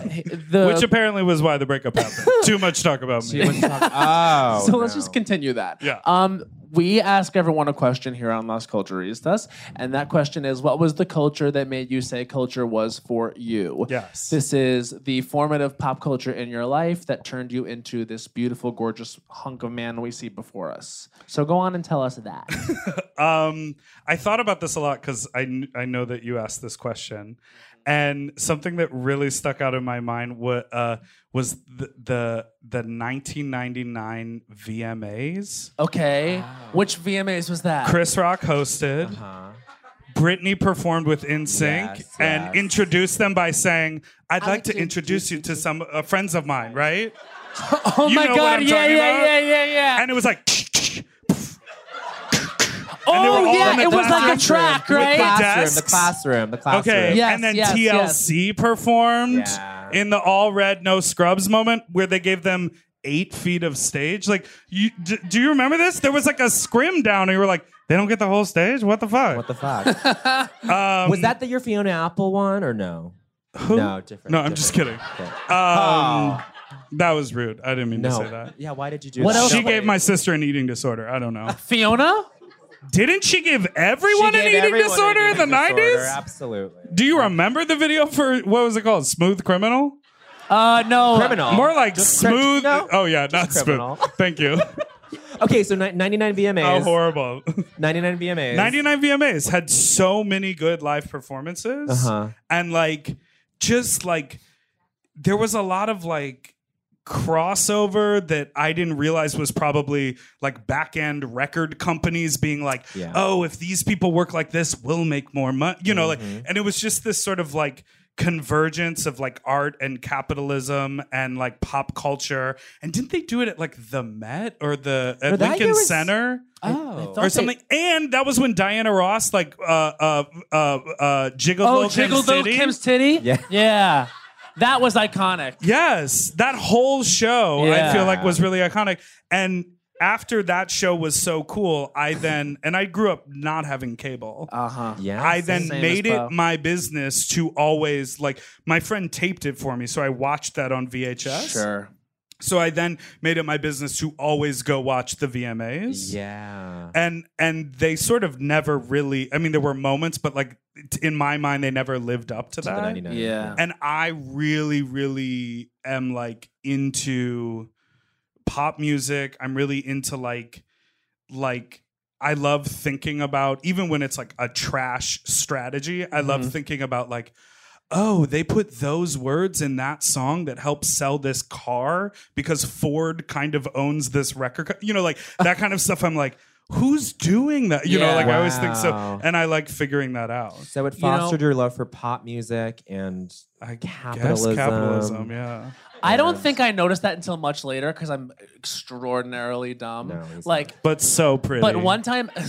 S5: the
S12: Which apparently was why the breakup happened. Too much talk about me. Ah.
S7: oh.
S5: so let's just continue that. Yeah. Um, we ask everyone a question here on Las Culturistas, and that question is, what was the culture that made you say culture was for you?
S12: Yes.
S5: This is the formative pop culture in your life that turned you into this beautiful, gorgeous hunk of man we see before us. So go on and tell us that.
S12: um, I thought about this a lot because I, kn- I know that you asked this question.
S5: Mm-hmm.
S12: And something that really stuck out in my mind wa- uh, was the, the the 1999 VMAs.
S5: Okay. Which VMAs was that?
S12: Chris Rock hosted. Britney performed with InSync
S5: Uh-huh. Yes,
S12: and
S5: yes.
S12: introduced them by saying, "I'd like to introduce you to some uh, friends of mine." Right?
S5: Oh
S12: You
S5: my
S12: know what
S5: god,
S12: I'm
S5: yeah, yeah,
S12: talking about?
S5: yeah, yeah, yeah.
S12: And it was like And they were all
S5: Oh
S12: in
S5: yeah,
S12: the
S5: it was like a
S12: classroom
S5: track,
S12: with
S5: right?
S12: the desks.
S7: classroom, the classroom.
S12: Okay,
S5: Yes,
S12: and then
S5: yes, yes.
S12: TLC performed in the all red, no scrubs moment where they gave them eight feet of stage. Like, you d- do you remember this? There was like a scrim down, and you were like, They don't get the whole stage? What the fuck? Um, What
S7: the fuck? was that the your Fiona Apple one or no? No, different.
S12: No, I'm just kidding. Um, That was rude. I didn't mean to
S7: Oh. No.
S12: say that.
S7: Yeah, why did you do
S12: what
S7: that?
S12: Else? She
S7: Nobody-
S12: gave my sister an eating disorder. I don't know.
S5: Fiona?
S12: Didn't she give everyone
S7: She
S12: an
S7: gave
S12: eating
S7: everyone an
S12: disorder
S7: eating
S12: in the
S7: disorder,
S12: 90s?
S7: Absolutely.
S12: Do you remember the video for what was it called? Smooth Criminal?
S5: Uh no.
S7: Criminal.
S12: More like
S7: Um, Just cri-
S12: smooth.
S7: no.
S12: Oh yeah, not
S7: Just criminal.
S12: smooth. Thank you.
S7: Okay, so ni- 99 VMAs.
S12: How Oh, horrible.
S7: 99 VMAs.
S12: 99 VMAs had so many good live performances.
S7: Uh-huh.
S12: And like just like there was a lot of like crossover that I didn't realize was probably like back end record companies being like,
S3: Yeah.
S12: oh, if these people work like this, we'll make more money. You know, like, and it was just this sort of like convergence of like art and capitalism and like pop culture. And didn't they do it at like the Met or the
S3: No, that
S12: at
S3: year
S12: Lincoln
S3: was-
S12: Center?
S5: Oh.
S12: or something. and that was when Diana Ross like uh uh uh, uh
S5: Oh,
S12: Gigolo Kim's
S5: Jiggle
S12: City.
S5: Kim's Titty?
S7: Yeah.
S5: Yeah. That was iconic.
S12: Yes, that whole show I
S5: Yeah.
S12: feel like was really iconic. And after that show was so cool, I then and I grew up not having cable.
S5: Uh huh.
S7: Yeah.
S12: I then
S7: Same as
S12: made
S7: Bo.
S12: it my business to always like my friend taped it for me, so I watched that on VHS.
S5: Sure.
S12: So I then made it my business to always go watch the VMAs.
S7: Yeah.
S12: And and they sort of never really I mean there were moments but like t- in my mind they never lived up to,
S7: To the
S12: that.
S7: 99, yeah.
S12: And I really really am like into pop music. I'm really into like like I love thinking about even when it's like a trash strategy. I
S7: Mm-hmm.
S12: love thinking about like oh, they put those words in that song that helps sell this car because Ford kind of owns this record. co-" You know, like that kind of stuff. I'm like, who's doing that? You know,
S7: Yeah.
S12: like I always think so.
S7: Wow.
S12: And I like figuring that out.
S7: So it fostered your love for pop music and capitalism.
S12: capitalism, yeah.
S5: I don't think I noticed that until much later because I'm extraordinarily dumb. like,
S12: But so pretty.
S5: but one time.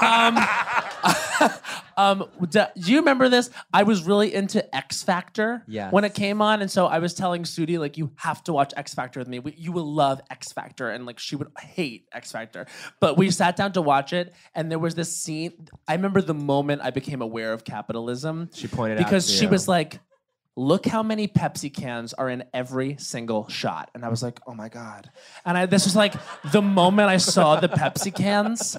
S5: um, um, do do you remember this? I was really into X Factor
S7: Yes.
S5: when it came on, and so I was telling Sudi like, you have to watch X Factor with me. We, you will love X Factor, and like she would hate X Factor. But we sat down to watch it, and there was this scene. I remember the moment I became aware of capitalism.
S7: She pointed out
S5: because
S7: to
S5: she
S7: you.
S5: was like, "Look how many Pepsi cans are in every single shot," and I was like, "Oh my god!" And I, this was like the moment I saw the Pepsi cans.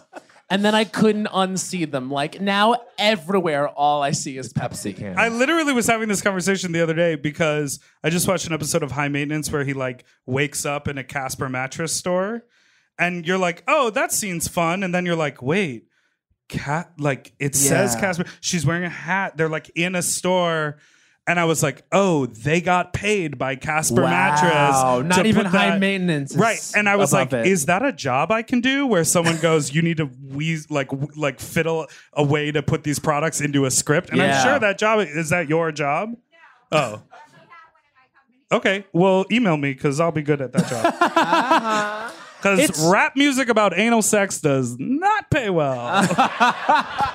S5: And then I couldn't unsee them. Like now, everywhere, all I see is Pepsi. cans.
S12: I literally was having this conversation the other day because I just watched an episode of High Maintenance where he like wakes up in a Casper mattress store and you're like, "Oh, that scene's fun." And then you're like, "Wait, cat like it says
S3: Yeah.
S12: Casper. She's wearing a hat. They're like in a store." And I was like, "Oh, they got paid by Casper
S5: Wow.
S12: mattress."
S5: Not
S12: to
S5: even
S12: put
S5: high
S12: that-
S5: maintenance is
S12: right? And I was
S5: above
S12: like,
S5: it.
S12: "Is that a job I can do?" Where someone goes, "You need to wheeze, like w- like fiddle a way to put these products into a script," and I'm
S3: Yeah.
S12: sure that job is that your job. Oh. Okay, well, email me because I'll be good at that job. Because
S3: It's-
S12: rap music about anal sex does not pay well.
S5: Uh.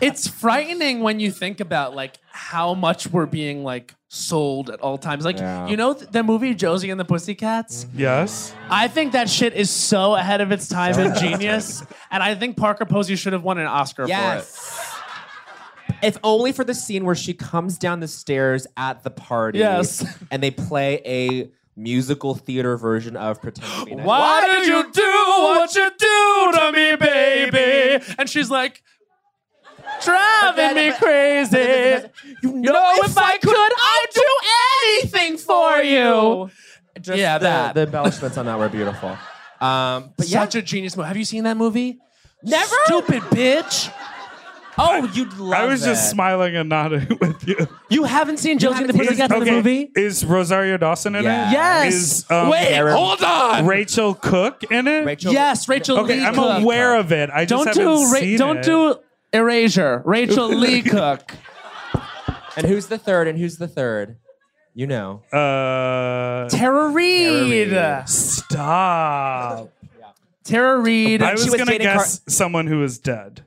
S5: it's frightening when you think about like how much we're being like sold at all times. Like
S12: Yeah.
S5: you know th- the movie Josie and the Pussycats.
S7: Mm-hmm.
S12: yes.
S5: I think that shit is so ahead of its time
S12: So
S5: and
S12: ahead of its
S5: genius, and I think Parker Posey should have won an Oscar
S7: Yes. If only for the scene where she comes down the stairs at the party.
S5: Yes.
S7: And they play a musical theater version of Pretend to Be
S5: for it.
S7: Nice.
S5: Why did you do what you do to me, baby? And she's like, driving me crazy. You know, if I could, I'd do anything for you.
S7: Just
S5: yeah,
S7: the,
S5: that.
S7: The embellishments on that were beautiful. Um, but yeah.
S5: Such a genius movie. Have you seen that movie? Never. Stupid bitch. Oh, you'd love
S12: I was just
S5: it.
S12: smiling and nodding with you.
S5: You haven't seen Josie and the Pussycats in the
S12: okay,
S5: movie?
S12: Is Rosario Dawson in
S5: Yes.
S12: it?
S5: Yes.
S12: Is, um,
S5: Wait, Sarah- hold on.
S12: Rachel Cook in it?
S7: Rachel,
S5: Yes, Rachel
S12: Okay,
S5: Lee
S12: I'm
S5: Cook.
S12: aware of it. I just
S5: don't
S12: haven't
S5: do
S12: seen
S5: don't
S12: it.
S5: do Erasure. Rachel Lee Cook.
S7: And who's the third? And who's the third? You know.
S12: Uh,
S5: Tara Reid.
S12: Stop.
S5: Tara Reid.
S12: I was, gonna guess someone who is dead.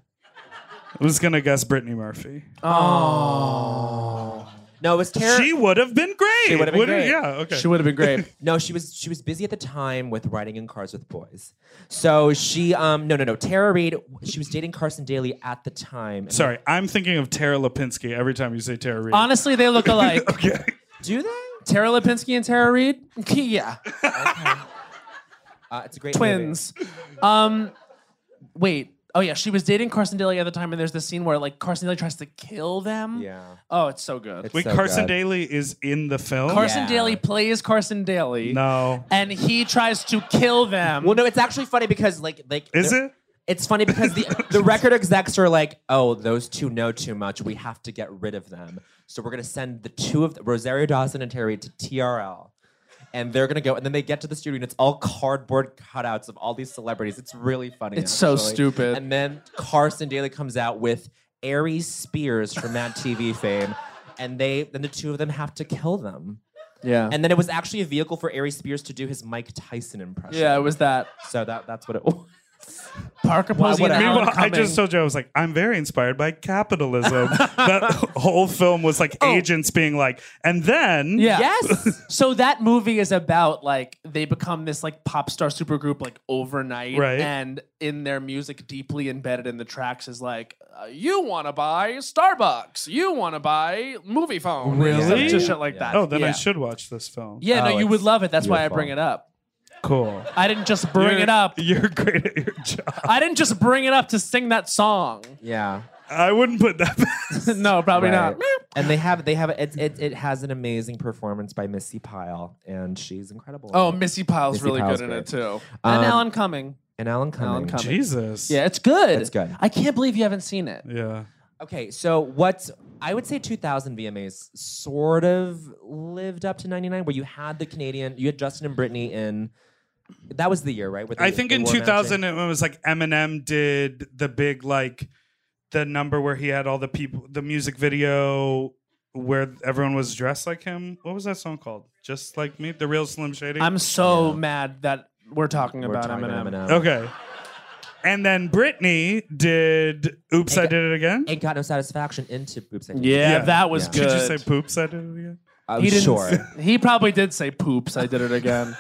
S12: I was gonna guess Brittany Murphy.
S5: oh.
S7: No, it was terrible.
S12: She would have been great.
S7: She would have been
S12: Would-
S7: great.
S12: yeah, okay. She would have been great.
S7: no, she was she was busy at the time with writing in Cars with Boys. So she um no no no Tara Reid she was dating Carson Daly at the time. And
S12: Sorry, I'm thinking of Tara Lipinski every time you say Tara Reid.
S5: Honestly, they look alike.
S12: okay.
S7: Do they?
S5: Tara Lipinski and Tara Reid? yeah.
S7: Uh, it's a great movie.
S5: Twins. Um, wait. Oh yeah, she was dating Carson Daly at the time, and there's this scene where like Carson Daly tries to kill them.
S7: Yeah.
S5: Oh, it's so good.
S12: Wait, Carson Daly is in the film.
S5: Carson Daly plays Carson Daly.
S12: No.
S5: And he tries to kill them.
S7: Well, no, it's actually funny because like like
S5: Is
S7: it? It's funny because the the record execs are like, oh, those two know too much. We have to get rid of them. So we're gonna send the two of Rosario Dawson and Terry to TRL, and they're gonna go. And then they get to the studio, and it's all cardboard cutouts of all these celebrities. It's really funny.
S5: It's so
S7: actually.
S5: stupid.
S7: And then Carson Daly comes out with Aries Spears from Mad TV fame, and they then the two of them have to kill them.
S5: Yeah.
S7: And then it was actually a vehicle for Aries Spears to do his Mike Tyson impression.
S5: Yeah, it was that.
S7: So that that's what it was.
S5: Parker Posey and Alan
S12: Meanwhile, I
S5: Cumming.
S12: just told you I was like, I'm very inspired by capitalism. that whole film was like agents being like, and then
S5: Oh. Yeah. so that movie is about like they become this like pop star supergroup like overnight,
S12: Right.
S5: and in their music, deeply embedded in the tracks is like, uh, you want to buy Starbucks, you want to buy movie phone, and stuff,
S12: really
S5: just shit like that.
S12: Oh, then I
S5: Yeah.
S12: should watch this film.
S5: Yeah, no, you would love it. That's why I bring it up.
S12: Cool.
S5: I didn't just bring
S12: You're-
S5: it up.
S12: You're great at your job.
S5: I didn't just bring it up to sing that song.
S7: Yeah.
S12: I wouldn't put that.
S5: no, probably not.
S7: And they have they have it, it it has an amazing performance by Missy Pyle, and she's incredible.
S5: Oh, Missy Pyle's
S7: Missy
S5: really
S7: Pyle's
S5: good in it
S7: great.
S5: too.
S7: Um,
S5: and Alan Cumming.
S7: And Alan Cumming.
S5: Alan Cumming.
S12: Jesus.
S5: Yeah, it's good.
S7: It's good.
S5: I can't believe you haven't seen it.
S12: Yeah.
S7: Okay, so what's I would say 2000 VMAs sort of lived up to 99, where you had the Canadian, you had Justin and Brittany in. That was the year, right? With
S12: I
S7: the-
S12: think
S7: they
S12: in
S7: wore
S12: 2000
S7: matching-
S12: it was like Eminem did the big like the number where he had all the people the music video where everyone was dressed like him. What was that song called? Just like me, the real Slim Shady.
S5: I'm so mad that we're talking
S12: We're
S5: about
S12: talking
S5: Eminem.
S12: about Eminem. Okay. And then Britney did "Oops, I Did It Again."
S7: Ain't got no satisfaction into "Oops, I Did It
S5: Yeah,
S7: Again."
S5: that was good.
S12: Did you say "Poops, I Did It Again"?
S7: I'm
S5: he didn't-
S7: Oh, sure.
S5: he probably did say poops. I did it again.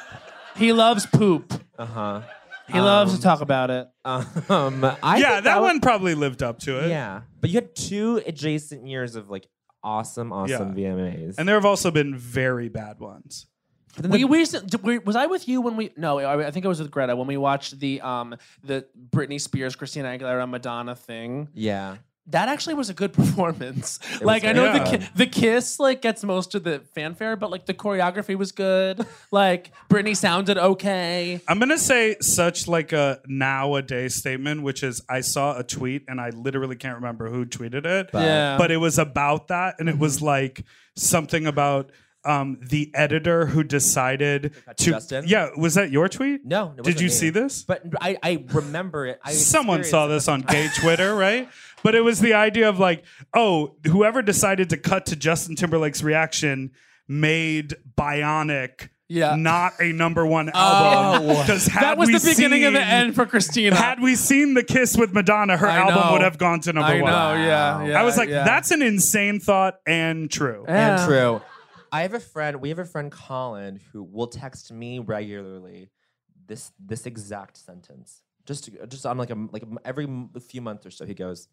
S5: he loves poop.
S7: Uh huh.
S5: He loves to talk about it.
S12: yeah,
S7: Um, I think
S12: that,
S7: that was-
S12: one probably lived up to it.
S7: Yeah, but you had two adjacent years of like awesome, awesome VMAs.
S12: and there have also been very bad ones.
S5: We, we, used to- d- we- was I with you when we no I, I think I was with Greta when we watched the um the Britney Spears Christina Aguilera Madonna thing.
S7: yeah,
S5: That actually was a good performance.
S7: was
S5: like
S7: very
S5: I know the
S7: good.
S5: ki- the kiss like gets most of the fanfare, but like the choreography was good. like Britney sounded okay.
S12: I'm gonna say such like a nowadays statement, which is I saw a tweet and I literally can't remember who tweeted it.
S5: But- Yeah.
S12: But it was about that, and it
S7: Mm-hmm.
S12: was like something about um, the editor who decided to.
S7: Justin?
S12: Yeah, was that your tweet?
S7: No. it
S12: Did
S7: wasn't
S12: you
S7: me.
S12: see this?
S7: But I, I remember it. I
S12: Someone saw
S7: experienced
S12: this on gay Twitter, right? But it was the idea of like, oh, whoever decided to cut to Justin Timberlake's reaction made Bionic
S5: Yeah.
S12: not a number one album.
S5: Oh.
S12: 'Cause
S5: That
S12: had
S5: was
S12: we
S5: the beginning of the
S12: seen-
S5: end for Christina.
S12: Had we seen the kiss with Madonna, her
S5: I
S12: album
S5: know.
S12: would have gone to number
S5: I
S12: one.
S5: know, yeah, yeah,
S12: I was like,
S5: yeah.
S12: that's an insane thought and true.
S7: And true. I have a friend. We have a friend, Colin, who will text me regularly this this exact sentence. Just just on like a like a- every m- few months or so, he goes.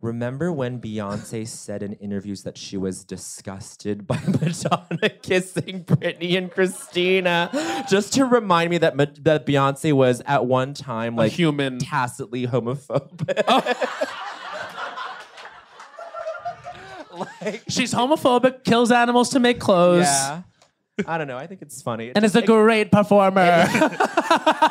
S7: Remember when Beyonce said in interviews that she was disgusted by Madonna kissing Britney and Christina? Just to remind me that Ma- that Beyonce was at one time like
S5: human,
S7: tacitly homophobic.
S5: She's homophobic, kills animals to make clothes.
S7: Yeah. I don't know. I think it's funny.
S5: And is a great performer.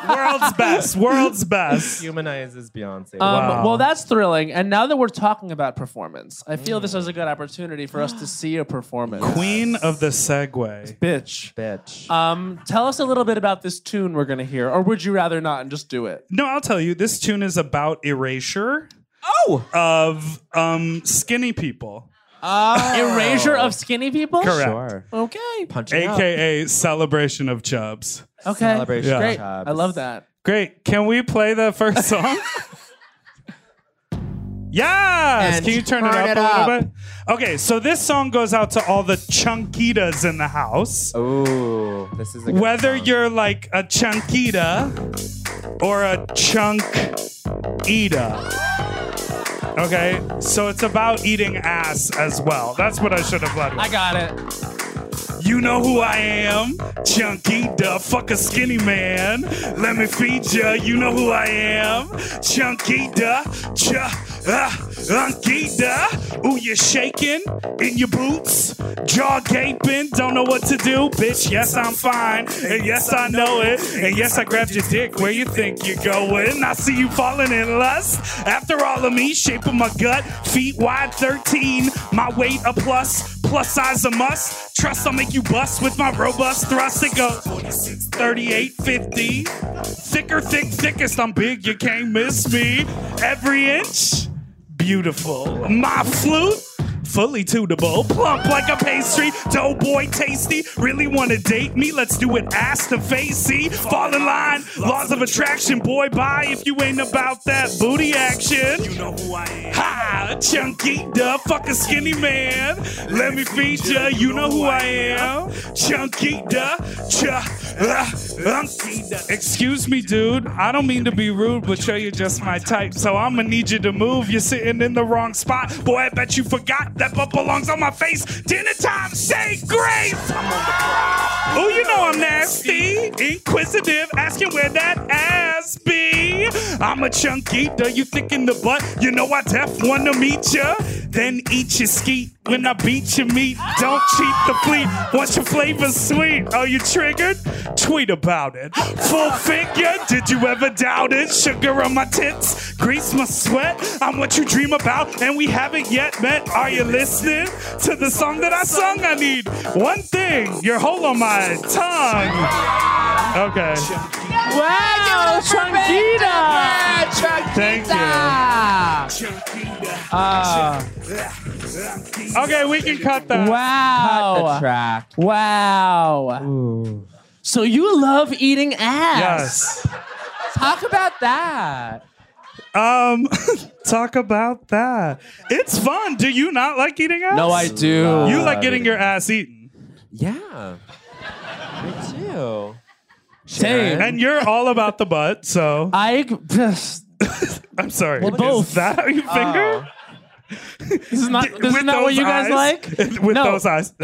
S12: world's best. World's best.
S7: Humanizes Beyonce.
S5: Um, Well, that's thrilling. And now that we're talking about performance, I feel this is a good opportunity for us to see a performance.
S12: Queen of the Segway.
S5: Bitch.
S7: Bitch.
S5: Um, tell us a little bit about this tune we're going to hear, or would you rather not and just do it?
S12: No, I'll tell you. This tune is about erasure.
S7: Oh.
S12: Of um skinny people.
S7: Oh.
S5: Erasure of skinny people?
S12: Correct.
S5: Okay.
S12: AKA celebration of chubs.
S5: Okay.
S12: Celebration of
S5: Great.
S12: Chubs.
S5: I love that.
S12: Great. Can we play the first song? Yes.
S7: And
S12: Can you turn, it,
S7: turn
S12: up
S7: it
S12: a little
S7: up.
S12: bit? Okay, so this song goes out to all the chunkitas in the house.
S7: Oh, this is a good
S12: Whether
S7: song.
S12: you're like a chunkita or a chunk eater. Okay, so it's about eating ass as well. That's what I should have led with.
S5: I got it.
S12: You know who I am, Chunky the fuck a skinny man. Let me feed ya. You know who I am, Chunky the ch uh, Chunky the. Ooh, you're shaking in your boots, jaw gaping, don't know what to do, bitch. Yes, I'm fine, and yes, I know it, and yes, I grabbed your dick. Where you think you're going? I see you falling in lust. After all of me, shape of my gut, feet wide, 13, my weight a plus. Plus size a must. Trust I'll make you bust with my robust thrust. It goes 46, 38, 50. Thicker, thick, thickest. I'm big. You can't miss me. Every inch, beautiful. My flute. Fully tunable, plump like a pastry, dough boy tasty. Really wanna date me? Let's do it ass to face. See, fall in line, laws of attraction. Boy, bye if you ain't about that booty action. You know who I am. Ha! Chunky, duh, fuck a skinny man. Let me feed ya, you know who I am. Chunky, duh, cha, uh, chunky, duh. Excuse me, dude. I don't mean to be rude, but yo, you're just my type. So I'ma need you to move. You're sitting in the wrong spot. Boy, I bet you forgot that butt belongs on my face. Dinner time, say grace. Oh, you know I'm nasty, inquisitive, asking where that ass be. I'm a chunk eater, you thick in the butt. You know I def wanna meet ya. Then eat your skeet when I beat your meat. Don't cheat the fleet. Once your flavor's sweet, are you triggered? Tweet about it. Full figure, did you ever doubt it? Sugar on my tits, grease my sweat. I'm what you dream about, and we haven't yet met. Are you listening to the song that I sung? I need one thing your hole on my tongue. Okay.
S5: Wow, Tranquita!
S12: Thank you.
S5: Ah.
S12: okay, we can cut that.
S5: Wow.
S12: Cut the
S7: track.
S5: Wow. So you love eating ass.
S12: Yes.
S5: Talk about that.
S12: Um, talk about that. It's fun. Do you not like eating ass?
S5: No, I do.
S12: You like getting your ass eaten.
S7: Yeah. Me too.
S5: Sharon.
S12: And you're all about the butt, so
S5: I.
S12: I'm sorry.
S5: Well, both. Oh.
S12: Is that how you finger?
S5: This is not. This is
S12: With
S5: not what
S12: those
S5: you guys
S12: eyes?
S5: like.
S12: With those eyes.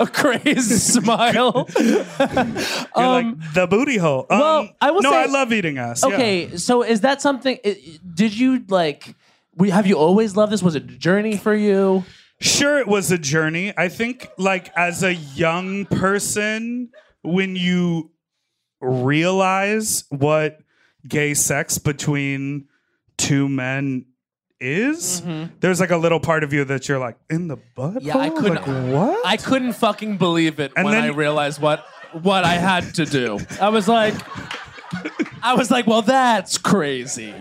S5: a crazy smile.
S12: You're like the booty hole. Um,
S5: well, I will
S12: no,
S5: say-
S12: I love eating ass. yeah.
S5: Okay, so is that something? i- i- Did you like? We have you always loved this? Was it a journey for you?
S12: Sure, it was a journey. I think, like, as a young person, when you realize what gay sex between two men is, there's like a little part of you that you're like, in the butt?
S5: Mm-hmm. Yeah, I
S12: hole?
S5: couldn't.
S12: Like, what?
S5: I couldn't fucking believe it
S12: And
S5: when
S12: then-
S5: I realized what what I had to do. I was like, I was like, well, that's crazy.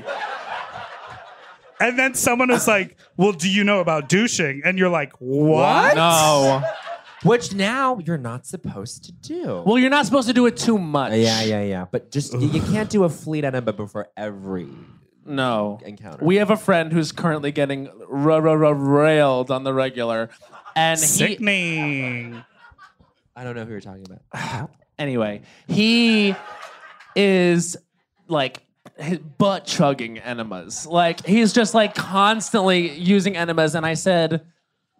S12: And then someone is like, well, do you know about douching? And you're like, what?
S5: No.
S7: Which now you're not supposed to do. Uh,
S5: Well, you're not supposed to do it too much.
S7: Yeah, yeah, yeah. But just you, you can't do a fleet enema before every
S5: No.
S7: encounter.
S5: We have a friend who's currently getting ra ra ra railed on the regular, and he
S12: Sickening.
S7: I don't know who you're talking about.
S5: anyway he is like his butt chugging enemas. Like he's just like constantly using enemas, and I said,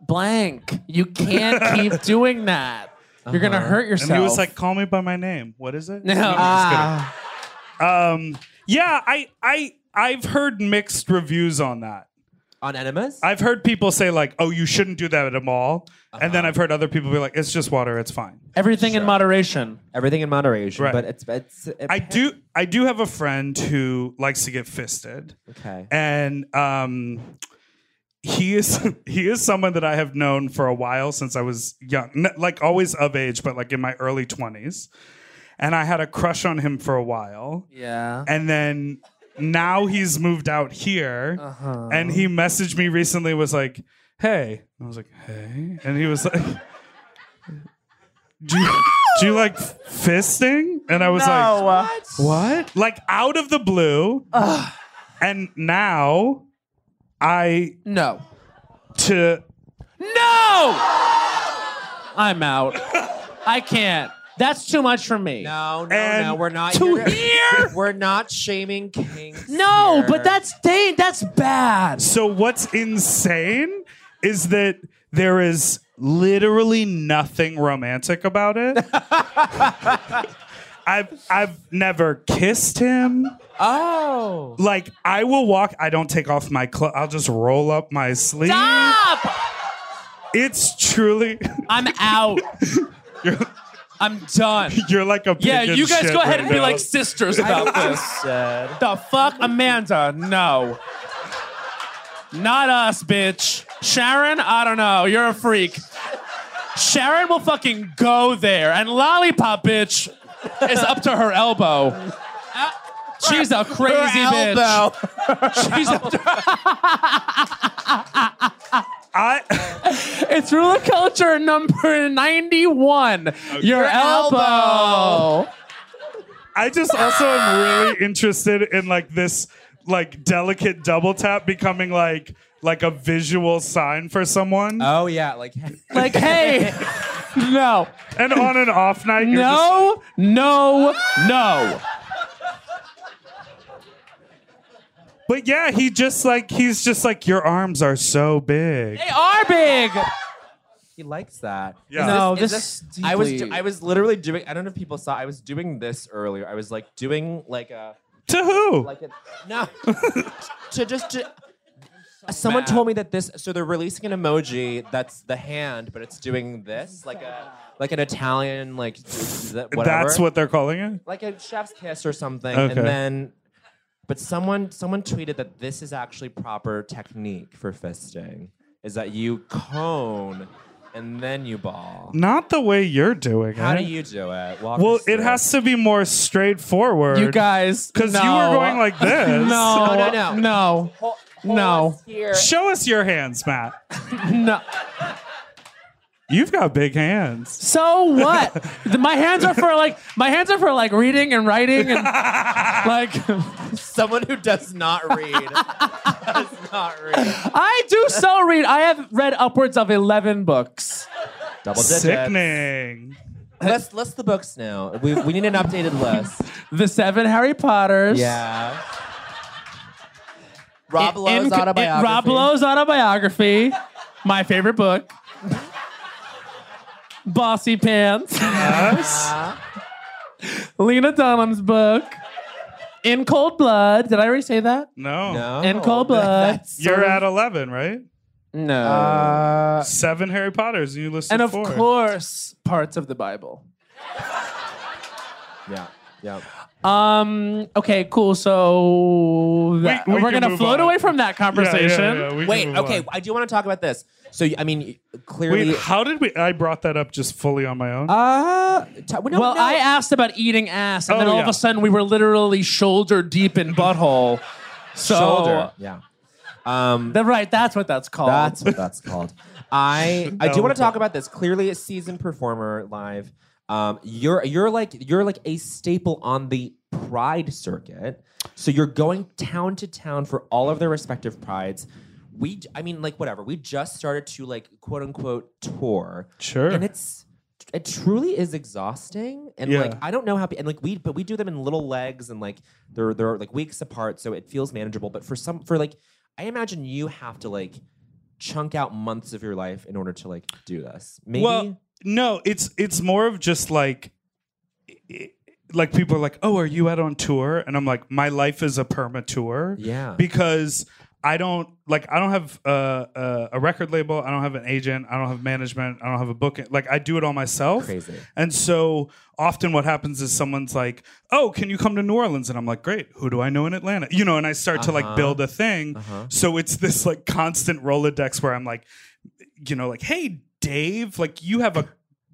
S5: blank, you can't keep doing that. You're gonna
S12: Uh-huh.
S5: hurt yourself.
S12: And he was like, "Call me by my name. What is it?"
S5: No.
S12: I'm just kidding. Um, yeah, I, I, I've heard mixed reviews on that.
S7: On enemas?
S12: I've heard people say like, "Oh, you shouldn't do that at a mall," and then I've heard other people be like, "It's just water. It's fine."
S5: everything in moderation.
S7: Everything in moderation.
S12: Right.
S7: But it's it's it
S12: I do. I do have a friend who likes to get fisted.
S7: Okay.
S12: and um, he is he is someone that I have known for a while since I was young, N- like always of age, but like in my early twenties, and I had a crush on him for a while,
S5: Yeah.
S12: and then now he's moved out here,
S5: Uh-huh.
S12: and he messaged me recently and was like, "Hey," I was like, "Hey," and he was like. Do you, do you like fisting? And I was like,
S5: No. uh,
S12: what? Like out of the blue. And now I
S5: No.
S12: to
S5: No! I'm out. I can't. That's too much for me.
S7: No, no, no. We're not here. to- We're not shaming kings.
S5: No, but that's dang, that's bad.
S12: So what's insane is that there is literally nothing romantic about it. I've I've never kissed him.
S5: Oh.
S12: Like I will walk. I don't take off my clothes. I'll just roll up my sleeve.
S5: Stop!
S12: It's truly.
S5: I'm out.
S12: You're,
S5: I'm done.
S12: You're like a.
S5: Yeah,
S12: pig in
S5: you guys
S12: shit
S5: go ahead
S12: right
S5: and be
S12: now.
S5: like sisters about
S12: I-
S5: this. The fuck, Amanda? No. Not us, bitch. Sharon, I don't know. You're a freak. Sharon will fucking go there, and lollipop, bitch, is up to her elbow. Uh, She's a crazy
S11: Her elbow.
S5: bitch. She's up to
S12: I.
S5: it's ruler culture number ninety-one. Your,
S11: Your elbow.
S5: elbow.
S12: I just also am really interested in like this like delicate double tap becoming like like a visual sign for someone.
S7: Oh yeah, like
S5: like hey, no.
S12: And on and off night. you're
S5: No, no, no.
S12: But yeah, he just like he's just like your arms are so big.
S5: They are big.
S7: He likes that.
S12: Yeah.
S7: Is
S12: No,
S7: is
S12: this
S5: is
S7: Oh, I was do-
S5: deeply-
S7: I was literally doing. I don't know if people saw. I was doing this earlier. I was like doing like a
S12: to who?
S7: Like a, no, to just to. Someone told me that this. So they're releasing an emoji that's the hand, but it's doing this like a like an Italian like whatever.
S12: That's what they're calling it.
S7: like a chef's kiss or something,
S12: Okay.
S7: and then. But someone someone tweeted that this is actually proper technique for fisting. Is that you cone and then you ball.
S12: Not the way you're doing
S7: How
S12: it.
S7: do you do it? Walk
S12: well,
S7: us
S12: it
S7: through.
S12: has to be more straightforward.
S7: You
S5: guys,
S12: because you were
S7: no.
S12: going like this.
S5: No, No, no, no. no. No.
S12: Show us your hands, Matt.
S5: no.
S12: You've got big hands.
S5: So what? The- my hands are for like my hands are for like reading and writing and like
S7: someone who does not read. does not read.
S5: I do so read. I have read upwards of eleven books.
S7: Double digits.
S12: Sickening.
S7: Let's list the books now. We, we need an updated list.
S5: The seven Harry Potters.
S7: Yeah. Rob
S5: In-
S7: Lowe's
S5: in-
S7: autobiography.
S5: Rob Lowe's autobiography. My favorite book. Bossy Pants. Lena Dunham's book. In Cold Blood. Did I already say that?
S12: No.
S5: No. In cold blood. That's
S12: You're
S5: sort of-
S12: at 11, right?
S5: No.
S7: Uh,
S12: Seven Harry Potters, and you listed
S5: and of
S12: four.
S5: course, parts of the Bible.
S7: Yeah. Yeah.
S5: Um. Okay. Cool. So that-
S7: we
S5: we, are
S7: can
S5: gonna
S7: move
S5: float
S7: on.
S5: away from that conversation.
S7: Wait, okay. I do want to talk about this. So, I mean, clearly.
S12: Wait, how did we? I brought that up just fully on my own.
S7: Uh, no,
S5: well,
S7: no.
S5: I asked about eating ass, and
S12: Oh,
S5: then all of
S12: yeah.
S5: a sudden we were literally shoulder deep in butthole. So,
S7: Shoulder, yeah. Um,
S5: that, right, that's what that's called.
S7: That's what that's called. I I
S5: No,
S7: do want to talk about this. Clearly, a seasoned performer live. Um, you're you're like you're like a staple on the Pride circuit. So you're going town to town for all of their respective prides. We, I mean, like whatever. We just started to like quote unquote tour.
S12: Sure.
S7: And it's it truly is exhausting. And like
S12: Yeah.
S7: I don't know how pe- and like we but we do them in little legs and like they're they're like weeks apart, so it feels manageable. But for some for like I imagine you have to like chunk out months of your life in order to like do this. Maybe
S12: Well, no, it's it's more of just like, i- like people are like, oh, are you out on tour? And I'm like, my life is a perma tour.
S7: Yeah.
S12: Because I don't like I don't have uh, uh, a record label. I don't have an agent. I don't have management. I don't have a book. Like I do it all myself.
S7: Crazy.
S12: And so often what happens is someone's like, "Oh, can you come to New Orleans?" And I'm like, "Great. Who do I know in Atlanta?" You know, and I start to
S7: Uh-huh.
S12: like build a thing.
S7: Uh-huh.
S12: So it's this like constant Rolodex where I'm like, you know, like, "Hey, Dave, like you have a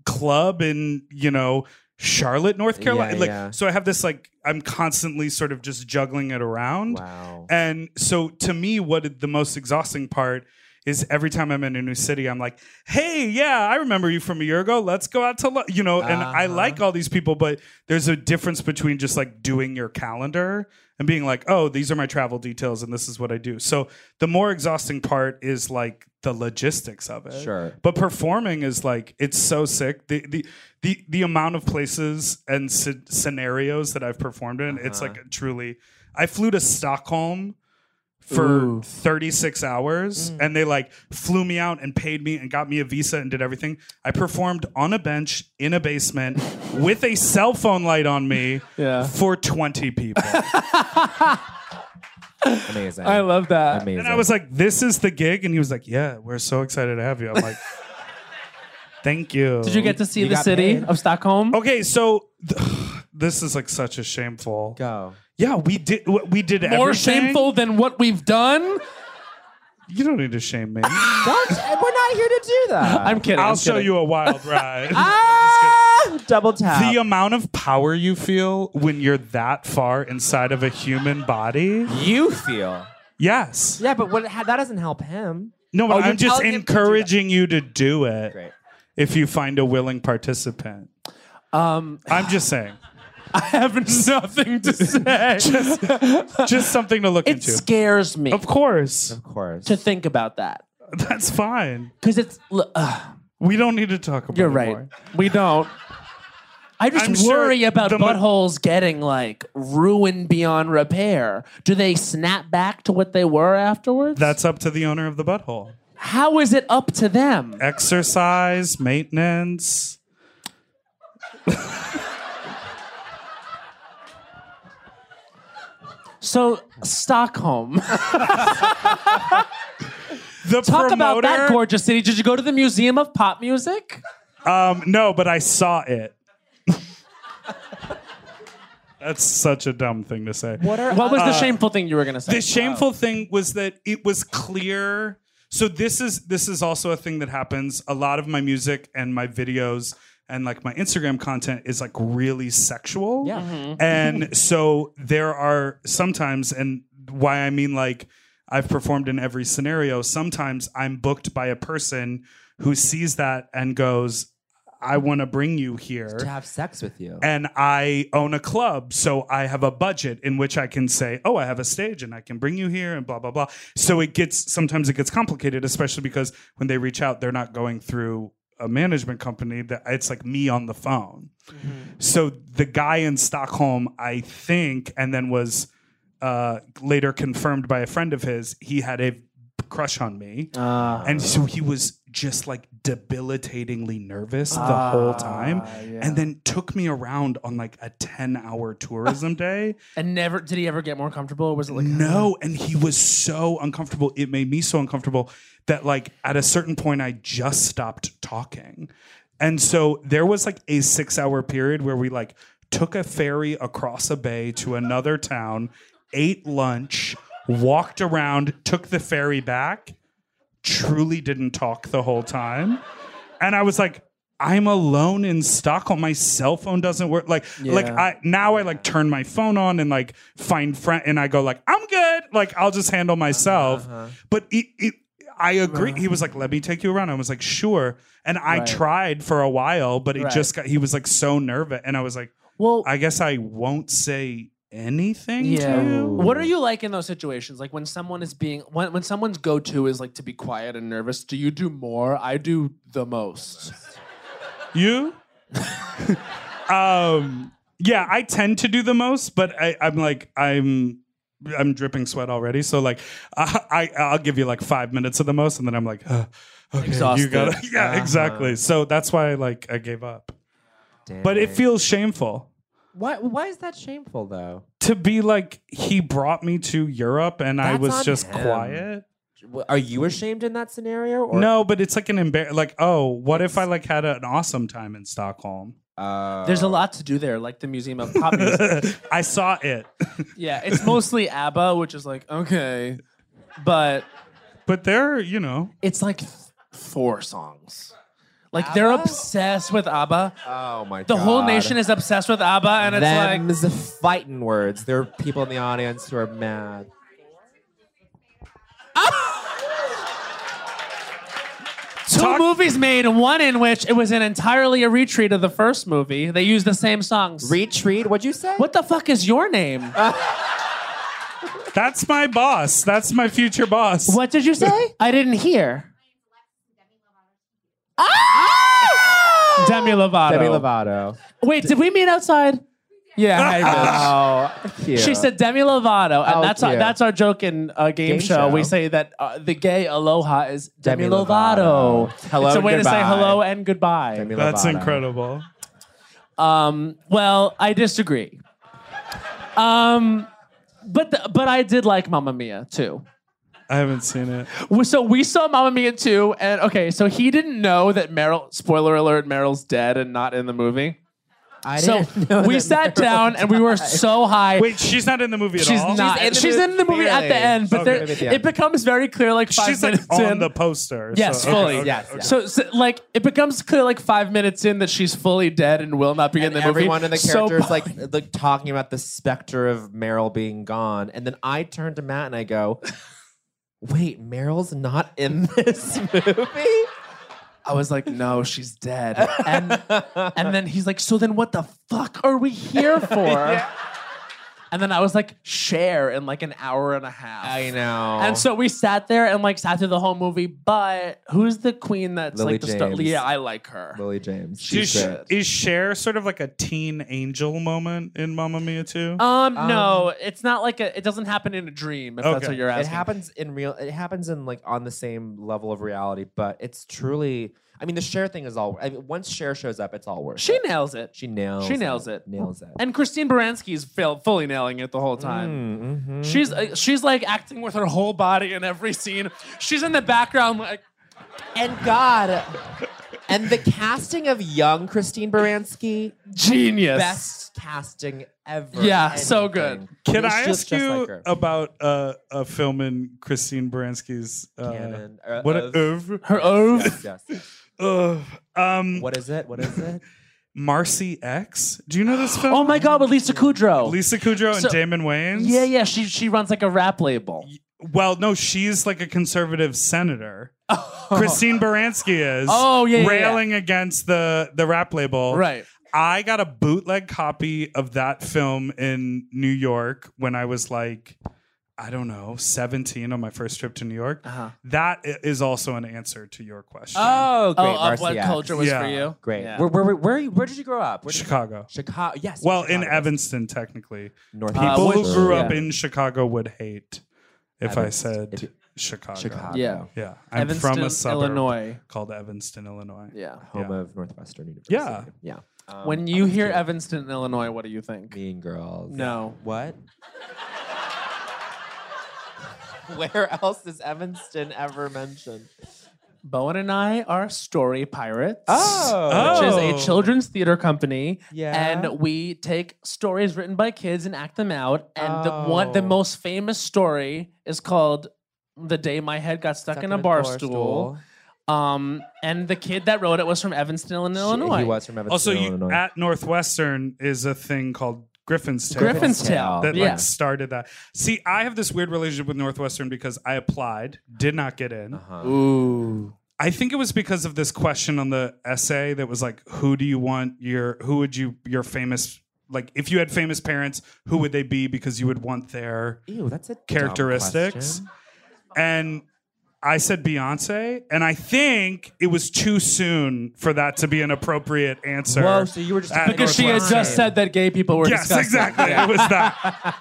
S12: club in, you know, Charlotte, North Carolina."
S7: Yeah,
S12: like
S7: yeah.
S12: so I have this like I'm constantly sort of just juggling it around.
S7: Wow.
S12: And so to me what the most exhausting part is every time I'm in a new city, I'm like, hey, yeah, I remember you from a year ago. Let's go out to, lu-" you know, and I like all these people, but there's a difference between just like doing your calendar and being like, oh, these are my travel details and this is what I do. So the more exhausting part is like the logistics of it.
S7: Sure.
S12: But performing is like it's so sick. The the the, the amount of places and sce- scenarios that I've performed in, it's
S7: Uh-huh.
S12: like truly. I flew to Stockholm for
S7: Ooh.
S12: 36 hours
S5: Mm.
S12: and they like flew me out and paid me and got me a visa and did everything. I performed on a bench in a basement with a cell phone light on me for 20 people.
S7: Amazing.
S5: I love that.
S7: Amazing.
S12: And I was like, this is the gig. And he was like, yeah, we're so excited to have you. I'm like, thank you. Oh,
S5: Did you get to see the city of Stockholm?
S12: Okay, so This is like such a shameful.
S7: Go.
S12: Yeah, we did. We did
S5: more
S12: everything.
S5: shameful than what we've done.
S12: You don't need to shame me.
S7: Don't, eh, we're not here to do that.
S12: I'm kidding. I'll show you a wild ride.
S7: Ah! double tap.
S12: The um, amount of power you feel when you're that far inside of a human body.
S7: You feel.
S12: Yes.
S7: yeah, but what, ha- that doesn't help him.
S12: No,
S7: Oh,
S12: but
S7: you're
S12: I'm just
S7: telling him to do that.
S12: encouraging you to do it. If you find a willing participant.
S5: Um,
S12: I'm just saying.
S5: I have nothing to say.
S12: just, just something to look
S5: it
S12: into.
S5: scares me.
S12: Of course. Of
S7: course.
S5: To think about that.
S12: That's fine.
S5: Because it's. l- ugh.
S12: we don't need to talk about
S5: You're
S12: it
S5: right.
S12: more.
S5: We don't. I just
S12: I'm sure
S5: worry about
S12: the ma-
S5: buttholes getting like ruined beyond repair. Do they snap back to what they were afterwards?
S12: That's up to the owner of the butthole.
S5: How is it up to them?
S12: Exercise, maintenance.
S5: So Stockholm.
S12: The
S5: Talk about that
S12: promoter-
S5: gorgeous city. Did you go to the Museum of Pop Music?
S12: Um, no, but I saw it. That's such a dumb thing to say.
S5: What, was the
S12: Uh,
S5: shameful thing you were going to say?
S12: The shameful thing was that it was clear. So this is this is also a thing that happens. A lot of my music and my videos and like my Instagram content is like really sexual.
S5: Yeah. Mhm.
S12: And so there are sometimes and why I mean like I've performed in every scenario, sometimes I'm booked by a person who sees that and goes, I want to bring you here
S7: To have sex with you.
S12: and I own a club, so I have a budget in which I can say, "Oh, I have a stage, and I can bring you here," and blah blah blah. So it gets sometimes it gets complicated, especially because when they reach out, they're not going through a management company. That it's like me on the phone. So the guy in Stockholm, I think, and then was uh, later confirmed by a friend of his. He had a crush on me, and so he was just like debilitatingly nervous the whole time, and then took me around on like a ten-hour tourism day.
S5: and never did he ever get more comfortable? Or was it like
S12: No, and he was so uncomfortable. It made me so uncomfortable that like at a certain point I just stopped talking. And so there was like a 6-hour period where we like took a ferry across a bay to another town, ate lunch, walked around, took the ferry back, truly didn't talk the whole time. And I was like I'm alone in Stockholm. My cell phone doesn't work. Like, like
S7: Yeah.
S12: I I- now I like turn my phone on and like find friend and I go like I'm good like I'll just handle myself
S5: Uh-huh.
S12: but it, it I agree he was like let me take you around I was like sure and I
S5: Right.
S12: tried for a while but he
S5: Right.
S12: just got he was like so nervous and I was like
S5: well
S12: I guess I won't say anything
S5: Yeah.
S12: to you
S5: What are you like in those situations? Like when someone is being when when someone's go to is like to be quiet and nervous. Do you do more? I do the most.
S12: You? um, yeah, I tend to do the most, but I, I'm like I'm I'm dripping sweat already. So like I, I I'll give you like five minutes of the most, and then I'm like, uh, okay, you
S5: Exhausted.
S12: gotta, yeah,
S5: Uh-huh.
S12: exactly. So that's why like I gave up. But it feels shameful
S7: Why, why is that shameful, though?
S12: to be like he brought me to Europe and I
S7: That's
S12: was
S7: on
S12: just
S7: him.
S12: quiet.
S7: W- Are you ashamed in that scenario? Or
S12: No, but it's like an embar like oh, what if I like had an awesome time in Stockholm?
S5: There's a lot to do there, like the Museum of Pop Music.
S12: I saw it.
S5: yeah, it's mostly ABBA, which is like okay, but
S12: but they're you know
S5: it's like th- four songs. Like they're obsessed with ABBA.
S7: Oh my
S5: The
S7: god.
S5: whole nation is obsessed with ABBA, and it's like
S7: Them's the fighting words. There are people in the audience who are mad.
S5: two movies made, one in which it was an entirely a retreat of the first movie. They used the same songs.
S7: Retreat? What'd you say?
S5: What the fuck is your name?
S12: That's my boss. That's my future boss.
S5: What did you say? I didn't hear. Demi Lovato.
S7: Ah! Demi Lovato.
S5: Wait, did we meet outside? Yeah.
S7: I
S5: did.
S7: Oh, cute.
S5: She said Demi Lovato, and
S7: Oh,
S5: that's our,
S7: cute.
S5: that's our joke in uh, game,
S7: Game
S5: show.
S7: show.
S5: We say that uh, the gay aloha is Demi,
S7: Demi
S5: Lovato.
S7: Lovato. Hello
S5: It's a way to say
S7: and goodbye.
S5: hello and goodbye.
S7: Demi
S12: That's
S7: Lovato.
S12: incredible.
S5: Um, well, I disagree. Um, but the, but I did like Mamma Mia too.
S12: I haven't seen it.
S5: Well, So we saw Mamma Mia 2, and okay, so he didn't know that Meryl, spoiler alert, Meryl's dead and not in the movie.
S7: I
S5: so
S7: didn't know
S5: we
S7: that
S5: sat
S7: Meryl
S5: down and we were
S7: died.
S5: so high.
S12: Wait, she's not in the movie at
S5: She's
S12: all?
S5: not. She's in the, movie at the
S7: barely.
S5: end, but
S7: Okay.
S5: there-
S7: Maybe at the
S5: it
S7: end.
S5: becomes very clear like five
S12: She's like
S5: minutes
S12: on
S5: in.
S12: the poster.
S5: Yes,
S12: so- okay,
S5: fully.
S12: okay, okay.
S5: So, so, like, it becomes clear like five minutes in that she's fully dead and will not be in the
S7: Everyone
S5: movie.
S7: in the
S5: So
S7: characters like like talking about the specter of Meryl being gone, and then I turn to Matt and I go, "Wait, Meryl's not in this movie."
S5: I was like, no, she's dead. And and then he's like, so then what the fuck are we here for?
S7: Yeah.
S5: And then I was like, share in like an hour and a half.
S7: I know.
S5: And so we sat there and like sat through the whole movie. But who's the queen that's
S7: Lily
S5: like the star?
S7: James.
S5: Yeah, I like her.
S7: Lily James.
S12: She's
S7: She's
S12: is,
S7: it.
S12: is Cher sort of like a teen angel moment in Mamma Mia too?
S5: Um, no, it's not like a. It doesn't happen in a dream. If that's what you're asking.
S7: It happens in real. It happens in like on the same level of reality, but it's truly. I mean, the share thing is all. I mean, once share shows up, it's all worth.
S5: She
S7: it.
S5: nails it.
S7: She nails.
S5: She nails it.
S7: Nails it.
S5: And Christine Baranski's fill- fully nailing it the whole time.
S7: mhm.
S5: She's uh, she's like acting with her whole body in every scene. She's in the background like
S7: And God. and the casting of young Christine Baranski,
S5: Genius.
S7: best casting ever.
S5: Yeah, so good.
S12: Can
S7: It's
S12: I
S7: just-
S12: ask
S7: just
S12: you
S7: like her.
S12: about uh, a film in Christine Baranski's uh,
S7: Canon, uh,
S12: what
S7: of-
S12: a Oh, oeuvre?
S5: Her oeuvre?
S7: Yes, yes, yes.
S12: Ugh. Um,
S7: What is it? What is it?
S12: Marcy X. Do you know this film?
S5: Oh my god, with Lisa Kudrow.
S12: Lisa Kudrow and
S5: So-
S12: Damon Wayans.
S5: Yeah, yeah. She she runs like a rap label.
S12: Well, no, she's like a conservative senator. Christine Baranski is.
S5: Oh, yeah, yeah, yeah.
S12: railing against the the rap label.
S5: Right.
S12: I got a bootleg copy of that film in New York when I was like, I don't know, seventeen on my first trip to New York.
S5: Uh-huh.
S12: That i- is also an answer to your question.
S7: Oh, great.
S5: Oh, of what
S7: Marcia.
S5: culture was
S12: Yeah.
S5: for you?
S7: Great.
S5: Yeah.
S7: Where, where, where, where, where did you grow up? Where did you-
S12: Chicago.
S7: Chicago. Yes.
S12: Well, in Uh,
S7: Chicago.
S12: Evanston, technically.
S7: North
S12: People
S5: Evanston.
S12: who grew up
S5: Uh, Yeah.
S12: in Chicago would hate if I
S7: Evanston.
S12: said
S7: If you-
S12: Chicago.
S7: Chicago.
S5: Yeah.
S12: Yeah. I'm from
S5: Evanston,
S12: a suburb
S5: Illinois.
S12: called Evanston, Illinois.
S5: Yeah.
S7: Home of Northwestern University.
S12: Yeah.
S7: Yeah. Um,
S5: when you hear Evanston, Illinois, what do you think?
S7: Mean Girls.
S5: No.
S7: What? Where else is Evanston ever mentioned?
S5: Bowen and I are story pirates.
S7: Oh.
S5: Which is
S12: Oh.
S5: a children's theater company.
S7: Yeah.
S5: And we take stories written by kids and act them out. And the one the
S7: Oh.
S5: most famous story is called The Day My Head Got Stuck, in a Bar Stool. Um, and the kid that wrote it was from Evanston, Illinois.
S7: He was from Evanston,
S12: Also, you,
S7: Illinois.
S12: at Northwestern is a thing called Griffin's Tale.
S5: Griffin's
S7: Tale.
S5: Tale.
S12: That
S5: yeah.
S12: like started that. See, I have this weird relationship with Northwestern because I applied, did not get in.
S7: uh-huh.
S5: Ooh.
S12: I think it was because of this question on the essay that was like, "Who do you want your? Who would you your famous like? If you had famous parents, who would they be? Because you would want their
S7: Ew, that's a dumb
S12: characteristics."
S7: question.
S12: And I said Beyonce, and I think it was too soon for that to be an appropriate answer.
S7: Whoa, so you were just
S12: at
S5: Because she had
S12: Northwestern.
S5: just said that gay people were
S12: yes,
S5: disgusting.
S12: exactly. It was that.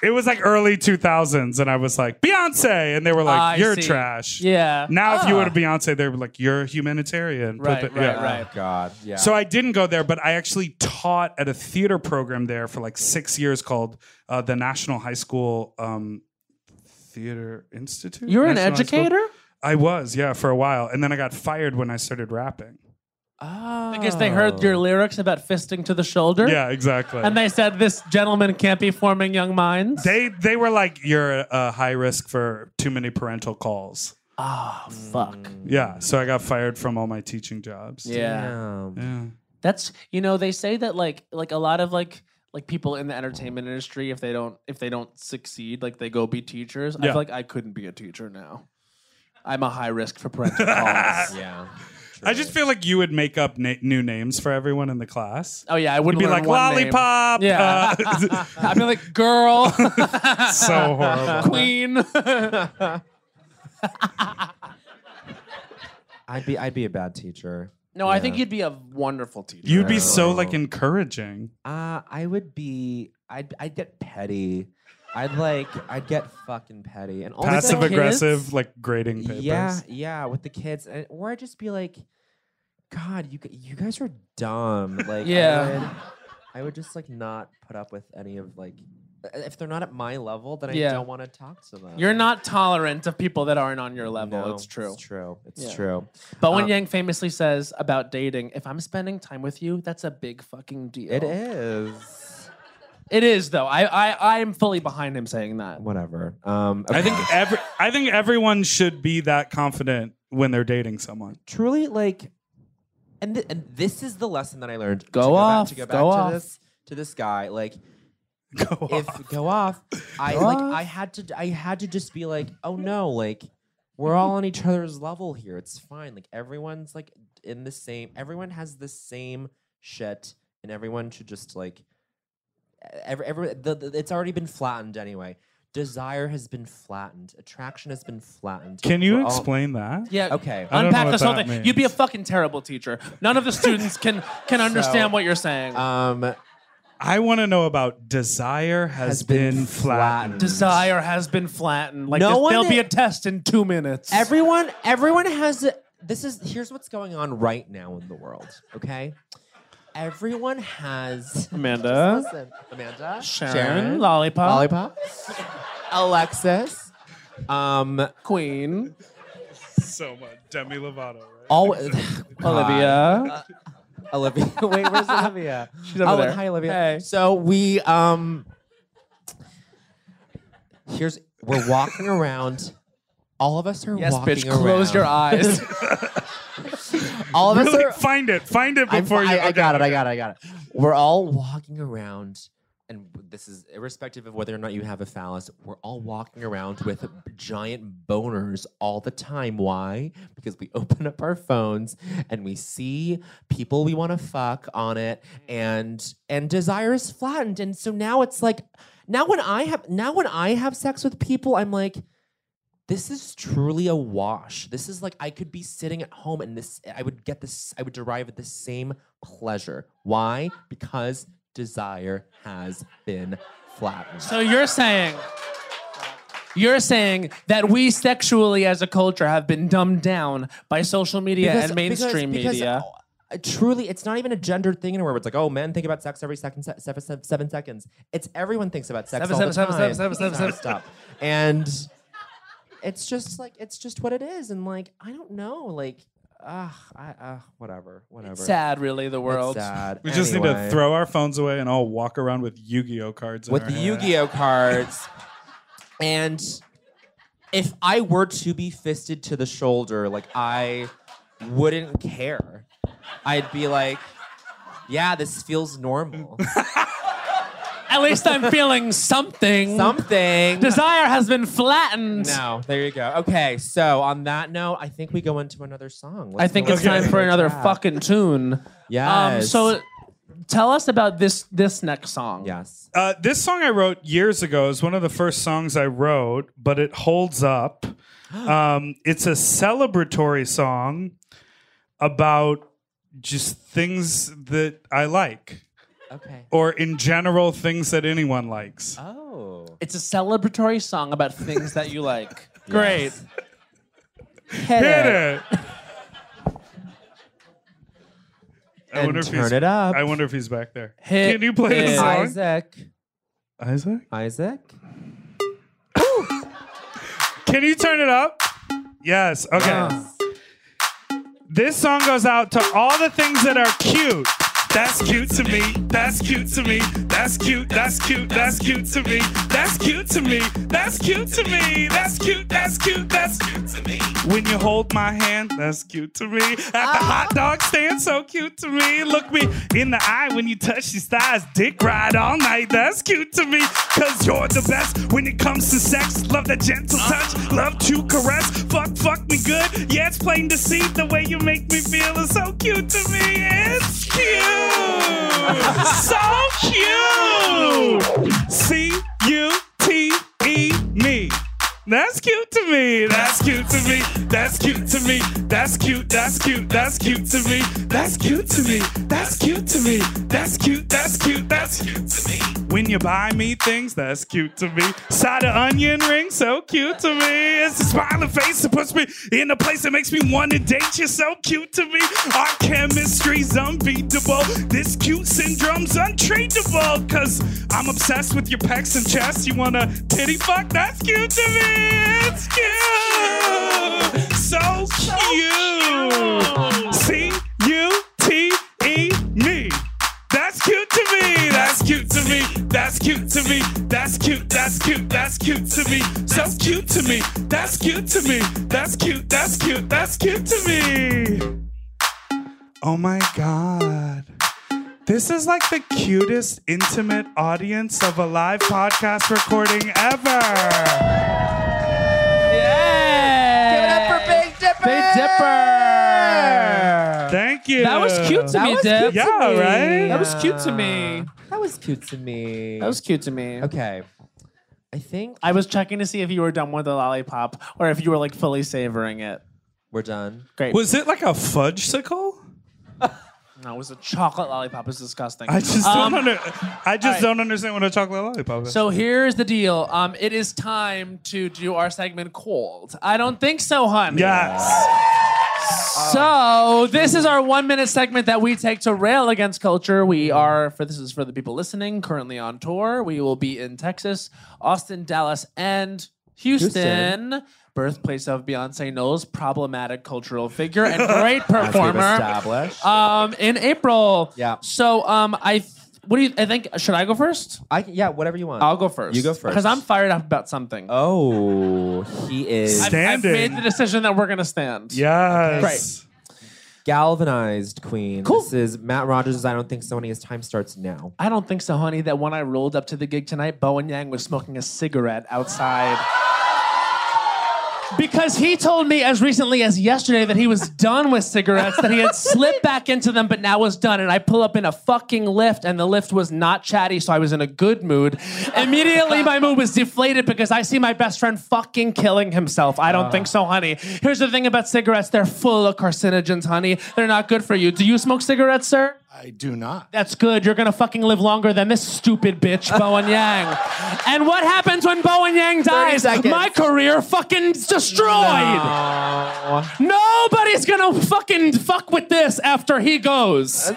S12: It was like early 2000s, and I was like Beyonce, and they were like,
S5: Ah, I
S12: "You're
S5: see.
S12: trash."
S5: Yeah.
S12: Now, if you
S5: Ah.
S12: were to Beyonce, they were like, "You're a humanitarian." Put
S5: Right,
S12: the-
S5: right,
S12: yeah.
S5: right.
S7: God. Yeah.
S12: So I didn't go there, but I actually taught at a theater program there for like six years called uh, the National High School um, Theater Institute.
S5: You're an
S12: National High School-
S5: educator?
S12: I was, yeah, for a while, and then I got fired when I started rapping.
S7: oh.
S5: Because they heard your lyrics about fisting to the shoulder.
S12: Yeah, exactly.
S5: And they said this gentleman can't be forming young minds.
S12: They they were like, you're a uh, high risk for too many parental calls.
S5: Ah, fuck.
S12: Yeah, so I got fired from all my teaching jobs.
S5: Yeah.
S7: Damn.
S12: yeah.
S5: That's you know, they say that like like a lot of like like people in the entertainment industry, if they don't if they don't succeed, like they go be teachers. I
S12: Yeah.
S5: feel like I couldn't be a teacher now. I'm a high risk for parental calls.
S7: yeah.
S12: I just feel like you would make up na- new names for everyone in the class.
S5: Oh yeah, I wouldn't
S12: You'd be
S5: learn
S12: like
S5: one name.
S12: lollipop.
S5: Yeah,
S12: uh,
S5: I'd be like girl.
S7: Oh,
S12: So horrible.
S5: Queen.
S7: I'd be I'd be a bad teacher.
S5: No, I think
S7: Yeah.
S5: you'd be a wonderful teacher.
S12: You'd be so like encouraging.
S7: Uh, I would be. I'd I'd get petty. I'd like. I'd get fucking petty and also
S12: Passive aggressive,
S7: kids-
S12: like grading papers.
S7: Yeah, yeah, with the kids, and, or I'd just be like, God, you g- you guys are dumb. Like, I
S5: Yeah.
S7: would, I would just like not put up with any of like, i- if they're not at my level, then I
S5: Yeah.
S7: don't want to talk to them.
S5: You're not tolerant of people that aren't on your level.
S7: No,
S5: it's true.
S7: It's true. It's
S5: Yeah.
S7: true.
S5: Bowen
S7: Um,
S5: Yang famously says about dating, if I'm spending time with you, that's a big fucking deal.
S7: It is.
S5: It is though. I I I'm fully behind him saying that.
S7: Whatever. Um,
S12: I think every I think everyone should be that confident when they're dating someone.
S7: truly like and, th- and this is the lesson that i learned
S12: Go
S7: to go
S12: off,
S7: back, to go
S12: go
S7: back
S12: off.
S7: to this to this guy like go if off. go off i
S5: Go
S7: like
S5: off.
S7: i had to i had to just be like oh no like we're all on each other's level here it's fine like everyone's like in the same everyone has the same shit and everyone should just like e, every, every the, the- it's already been flattened anyway desire has been flattened attraction has been flattened
S12: Can you
S7: We're all-
S12: explain that?
S5: Yeah.
S7: Okay. I don't know
S5: Unpack
S7: what
S5: this whole
S7: that
S5: thing.
S7: means.
S5: You'd be a fucking terrible teacher. None of the students can can understand
S7: So,
S5: what you're saying.
S7: um
S12: I want to know about desire has, been, flattened.
S5: Desire has been flattened. Like
S12: No
S5: this-
S12: one
S5: there'll be
S12: i-
S5: a test in two minutes.
S7: Everyone, everyone has. This is here's what's going on right now in the world. Okay, everyone has.
S5: Amanda.
S7: Just listen, Amanda,
S5: Sharon, Lollipop.
S7: lollipop, Alexis, um,
S5: Queen,
S12: so much Demi Lovato. Right?
S7: all
S5: Olivia.
S7: Olivia, wait, where's Olivia?
S5: She's over
S7: Oh,
S5: there.
S7: Hi, Olivia. So we um, here's we're walking around. All of us are
S5: Yes,
S7: walking
S5: bitch. Close your
S7: around.
S5: eyes.
S7: all of us
S12: Really?
S7: are
S12: find it, find it
S7: I'm-
S12: before you.
S7: I, I
S12: okay,
S7: got it. I
S12: okay.
S7: got it. I got it. We're all walking around, and this is irrespective of whether or not you have a phallus. We're all walking around with giant boners all the time. Why? Because we open up our phones and we see people we want to fuck on it, and and desire is flattened. And so now it's like, now when I have now when I have sex with people, I'm like this is truly a wash. This is like I could be sitting at home and this I would get this I would derive at the same pleasure. Why? Because desire has been flattened.
S5: So you're saying you're saying that we sexually as a culture have been dumbed down by social media
S7: Because-
S5: and
S7: because-
S5: mainstream
S7: because,
S5: media.
S7: uh, truly, it's not even a gendered thing anywhere. Where it's like, oh, men think about sex every second, se- seven, seven, seven seconds. It's everyone thinks about sex
S5: Seven,
S7: all the
S5: seven,
S7: time.
S5: seven, seven, seven, seven,
S7: Stop. And it's just like it's just what it is. And like I don't know, like. Ah, I uh, whatever, whatever.
S5: sad, really, the
S7: It's
S5: world.
S7: sad.
S12: We just need to
S7: Anyway.
S12: throw our phones away and all walk around with Yu-Gi-Oh cards. in
S7: with
S12: our
S7: the
S12: hand.
S7: Yu-Gi-Oh cards. and if I were to be fisted to the shoulder, like I wouldn't care. I'd be like, yeah, this feels normal.
S5: At least I'm feeling something.
S7: Something.
S5: Desire has been flattened.
S7: no, there you go. Okay, so on that note, I think we go into another song.
S5: I think it's time for another fucking tune.
S7: Yeah.
S5: Um, so tell us about this this next song.
S7: Yes.
S12: Uh, this song I wrote years ago is one of the first songs I wrote, but it holds up. Um, it's a celebratory song about just things that I like,
S7: Okay.
S12: or in general, things that anyone likes.
S7: Oh.
S5: It's a celebratory song about things that you like. Great.
S12: Hit it. I
S7: And
S12: wonder if
S7: turn
S12: he's,
S7: it up.
S12: I wonder if he's back there.
S7: Hit
S12: Can you play the
S7: it.
S12: song?
S7: Isaac.
S12: Isaac?
S7: Isaac?
S12: Can you turn it up? Yes. Okay. This song goes out to all the things that are cute. That's cute to me. That's cute to me. That's cute, that's cute, that's cute to me. That's cute to me, that's cute to me. That's cute, that's cute, that's cute to me. When you hold my hand, that's cute to me. At the hot dog stand, so cute to me. Look me in the eye when you touch his thighs. Dick ride all night, that's cute to me. Cause you're the best when it comes to sex. Love that gentle touch, love to caress. Fuck, fuck me good. Yeah, it's plain to see the way you make me feel is so cute to me. It's cute. so cute. C U T E me. That's cute to me. That's cute to me. That's cute to me. That's cute. That's cute. That's cute to me. That's cute to me. That's cute to me. That's cute. That's cute. That's cute to me. When you buy me things, that's cute to me. Side of onion ring, so cute to me. It's a smiling face that puts me in a place that makes me want to date you. So cute to me. Our chemistry's unbeatable. This cute syndrome's untreatable. Cause I'm obsessed with your pecs and chest. You wanna titty fuck? That's cute to me. It's cute. So cute. C U T E me. That's cute to me. That's cute to me. That's cute to me. That's cute. That's cute. That's cute to me. So cute to me. That's cute to me. That's cute. That's cute. That's cute to me. Oh my God. This is like the cutest intimate audience of a live podcast recording ever.
S5: Give it up for Big Dipper. Big Dipper.
S12: Thank you.
S5: That was cute to
S7: That
S5: me,
S7: was
S5: Dip.
S7: cute to Yeah, me. right?
S5: That was cute to me.
S7: That was cute to me.
S5: That was cute to me.
S7: Okay. I think
S5: I was checking to see if you were done with the lollipop or if you were like fully savoring it.
S7: We're done.
S5: Great.
S12: Was it like a fudgesicle?
S5: No, it was a chocolate lollipop. It's disgusting.
S12: I just
S5: Um,
S12: don't under, I just
S5: all right.
S12: don't understand what a chocolate lollipop is.
S5: So here's the deal. Um, it is time to do our segment called. I don't think so, honey.
S12: Yes.
S5: So this is our one minute segment that we take to rail against culture. We are for this is for the people listening. Currently on tour, we will be in Texas, Austin, Dallas, and Houston. Birthplace of Beyonce Knowles, problematic cultural figure and great
S7: As we've
S5: performer.
S7: established.
S5: Um, in April.
S7: Yeah.
S5: So um, I th- what do you? I think should I go first?
S7: I yeah, whatever you want.
S5: I'll go first.
S7: You go first.
S5: Because I'm fired up about something.
S7: Oh, he is
S5: I've, I've made the decision that we're going to stand.
S7: Right. Galvanized Queen. Cool. This is Matt Rogers' I Don't Think So, and his time starts now.
S5: I don't think so, honey, that when I rolled up to the gig tonight, Bowen Yang was smoking a cigarette outside. Because he told me as recently as yesterday that he was done with cigarettes, that he had slipped back into them, but now was done. And I pull up in a fucking lift, and the lift was not chatty, so I was in a good mood. Immediately, my mood was deflated because I see my best friend fucking killing himself. I don't think so, honey. Here's the thing about cigarettes they're full of carcinogens, honey. They're not good for you. Do you smoke cigarettes, sir?
S14: I do not.
S5: That's good. You're gonna fucking live longer than this stupid bitch, Bowen Yang. and what happens when Bowen Yang dies? My career fucking destroyed. Nobody's gonna fucking fuck with this after he goes.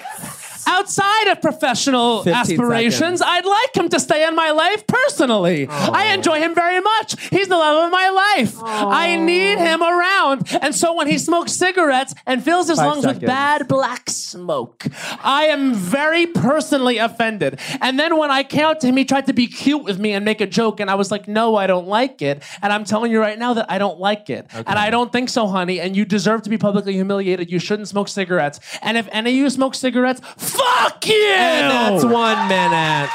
S5: Outside of professional
S7: 15
S5: aspirations,
S7: seconds.
S5: I'd like him to stay in my life personally. I enjoy him very much. He's the love of my life. I need him around. And so when he smokes cigarettes and fills his
S7: Five
S5: lungs with
S7: seconds.
S5: bad black smoke, I am very personally offended. And then when I count to him, he tried to be cute with me and make a joke, and I was like, no, I don't like it. And I'm telling you right now that I don't like it. And I don't think so, honey. And you deserve to be publicly humiliated. You shouldn't smoke cigarettes. And if any of you smoke cigarettes, fuck you!
S7: And that's one minute.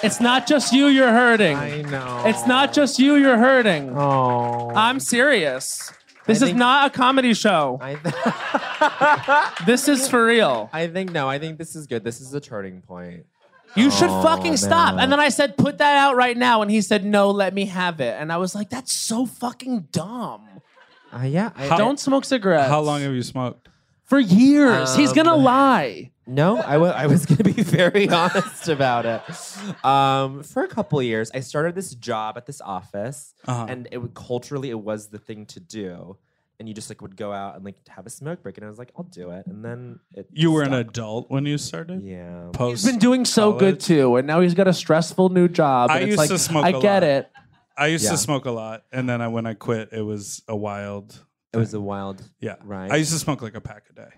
S5: It's not just you you're hurting. I
S7: know.
S5: It's not just you you're hurting.
S7: Oh.
S5: I'm serious. This is not a comedy show. this is for real.
S7: I think, no, I think this is good. This is a turning point.
S5: You should
S7: Oh,
S5: fucking stop.
S7: man.
S5: And then I said, put that out right now. And he said, no, let me have it. And I was like, that's so fucking dumb.
S7: Uh, yeah. I,
S5: Don't smoke cigarettes.
S12: How long have you smoked?
S5: For years. He's going to
S7: Um,
S5: lie.
S7: No, I wa- I was going to be very honest about it. Um, for a couple years, I started this job at this office,
S12: Uh-huh.
S7: and it would, culturally it was the thing to do. And you just like would go out and like have a smoke break, and I was like, I'll do it. And then it
S12: You were an adult when you started.
S7: Yeah.
S12: Post.
S5: He's been doing so good too. And now he's got a stressful new job.
S12: I
S5: and it's
S12: used
S5: like,
S12: to smoke
S5: I
S12: a lot.
S5: get it.
S12: I used
S7: Yeah.
S12: to smoke a lot, and then I, when I quit, it was a wild.
S7: It was a wild.
S12: Yeah.
S7: Right.
S12: I used to smoke like a pack a day,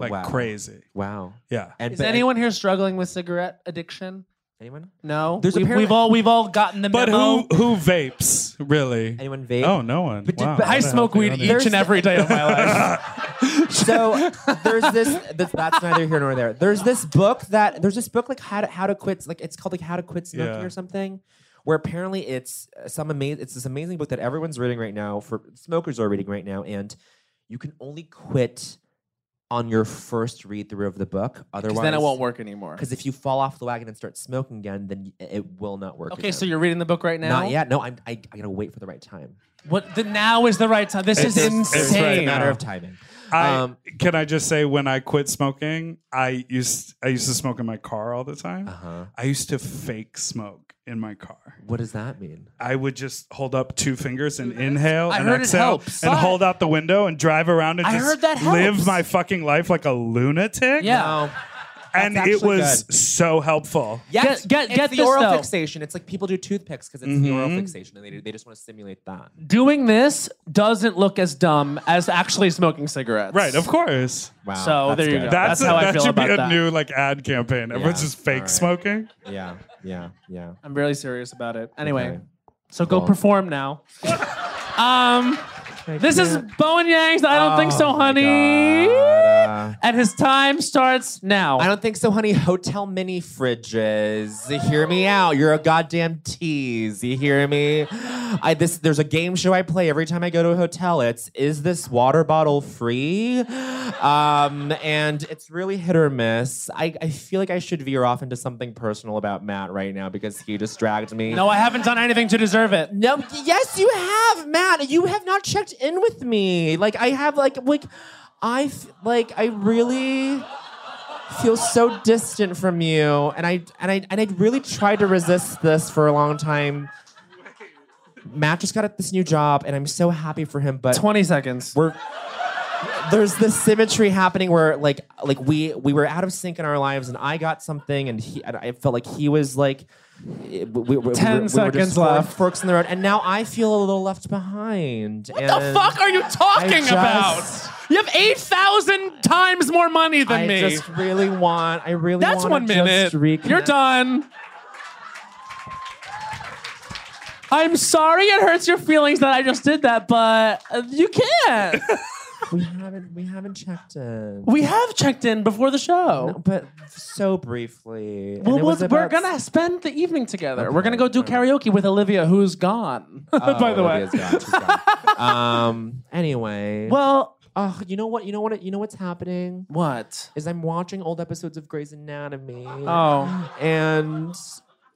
S12: like
S7: Wow.
S12: crazy.
S7: Wow.
S12: Yeah.
S7: And
S5: Is anyone here struggling with cigarette addiction?
S7: Anyone?
S5: No.
S7: There's
S5: we,
S7: apparently-
S5: we've all we've all gotten the
S12: But
S5: memo.
S12: who who vapes really?
S7: Anyone vape?
S12: Oh, no one.
S7: But did-
S12: Wow,
S7: but-
S12: what
S7: I
S12: a
S7: smoke
S12: healthy
S7: weed
S12: audience.
S7: each and every day of my life. so there's this th- that's neither here nor there there's this book that there's this book like how to, how to quit like it's called like how to quit smoking
S5: Yeah.
S7: or something where apparently it's uh, some amazing it's this amazing book that everyone's reading right now for smokers are reading right now and you can only quit on your first read through of the book otherwise
S5: then it won't work anymore.
S7: because if you fall off the wagon and start smoking again then y- it will not work
S5: Okay, so you're reading the book right now.
S7: not yet no i'm I, I gotta wait for the right time
S5: What? The, now is the right time. This is
S7: It's-
S5: insane.
S7: it's right It's a matter now. of timing.
S12: I, Um, can I just say when I quit smoking, I used I used to smoke in my car all the time.
S7: Uh-huh.
S12: I used to fake smoke in my car.
S7: What does that mean?
S12: I would just hold up two fingers and inhale
S5: I
S12: and
S5: heard it
S12: exhale
S5: helps.
S12: and
S5: But-
S12: hold out the window and drive around and
S5: I
S12: just
S5: heard that
S12: live
S5: helps.
S12: my fucking life like a lunatic.
S5: Yeah. No.
S12: And
S7: That's
S12: it
S7: actually
S12: was
S7: good.
S12: so helpful.
S7: Yes,
S5: Get- get-
S7: it's
S5: get
S7: the
S5: this,
S7: oral
S5: though.
S7: fixation. It's like people do toothpicks because it's the oral
S5: Mhm.
S7: fixation, and they, they just want to stimulate that.
S5: Doing this doesn't look as dumb as actually smoking cigarettes.
S12: Right, of course.
S7: Wow.
S5: So there you go. That's, how
S12: I
S5: I feel
S12: should
S5: about
S12: be a
S5: that.
S12: new like ad campaign. Everyone's just fake smoking.
S7: Yeah, yeah, yeah.
S5: I'm really serious about it. Anyway,
S12: Okay.
S5: so go
S12: Cool.
S5: perform now. um, this is Bowen Yang's I Don't Think
S7: Oh
S5: So, Honey. and his time starts now.
S7: uh, I don't think so, honey. Hotel mini fridges. Hear me out. You're a goddamn tease. You hear me? I this there's a game show I play every time I go to a hotel. It's is this water bottle free? Um, and it's really hit or miss. I, I feel like I should veer off into something personal about Matt right now because he just dragged me.
S5: No, I haven't done anything to deserve it.
S7: No, yes, you have, Matt. You have not checked in with me. Like I have, like like I f- like I really feel so distant from you, and I and I and I really tried to resist this for a long time. Matt just got this new job, and I'm so happy for him. But
S5: 20 seconds.
S7: We're there's this symmetry happening where like like we we were out of sync in our lives, and I got something, and he and I felt like he was like. We, we- we,
S5: Ten
S7: we were just
S5: seconds
S7: fork-
S5: left.
S7: Forks in the road, and now I feel a little left behind. What
S5: the fuck are you talking about? You have 8,000 times more money than
S7: I
S5: me.
S7: just really want. I really.
S5: That's
S7: wanna
S5: one minute.
S7: just reconnect.
S5: You're done. I'm sorry it hurts your feelings that I just did that, but uh, you can't.
S7: We haven't. We haven't checked in.
S5: we have checked in before the show.
S7: but so briefly. and
S5: Well,
S7: it was
S5: we'll- we're
S7: about-
S5: gonna spend the evening together. We're gonna go do karaoke with Olivia, who's gone. by the way,
S7: um. Anyway.
S5: Well,
S7: oh, you know what? You know what? You know what's happening?
S5: What?
S7: Is I'm watching old episodes of Grey's Anatomy.
S5: Oh.
S7: And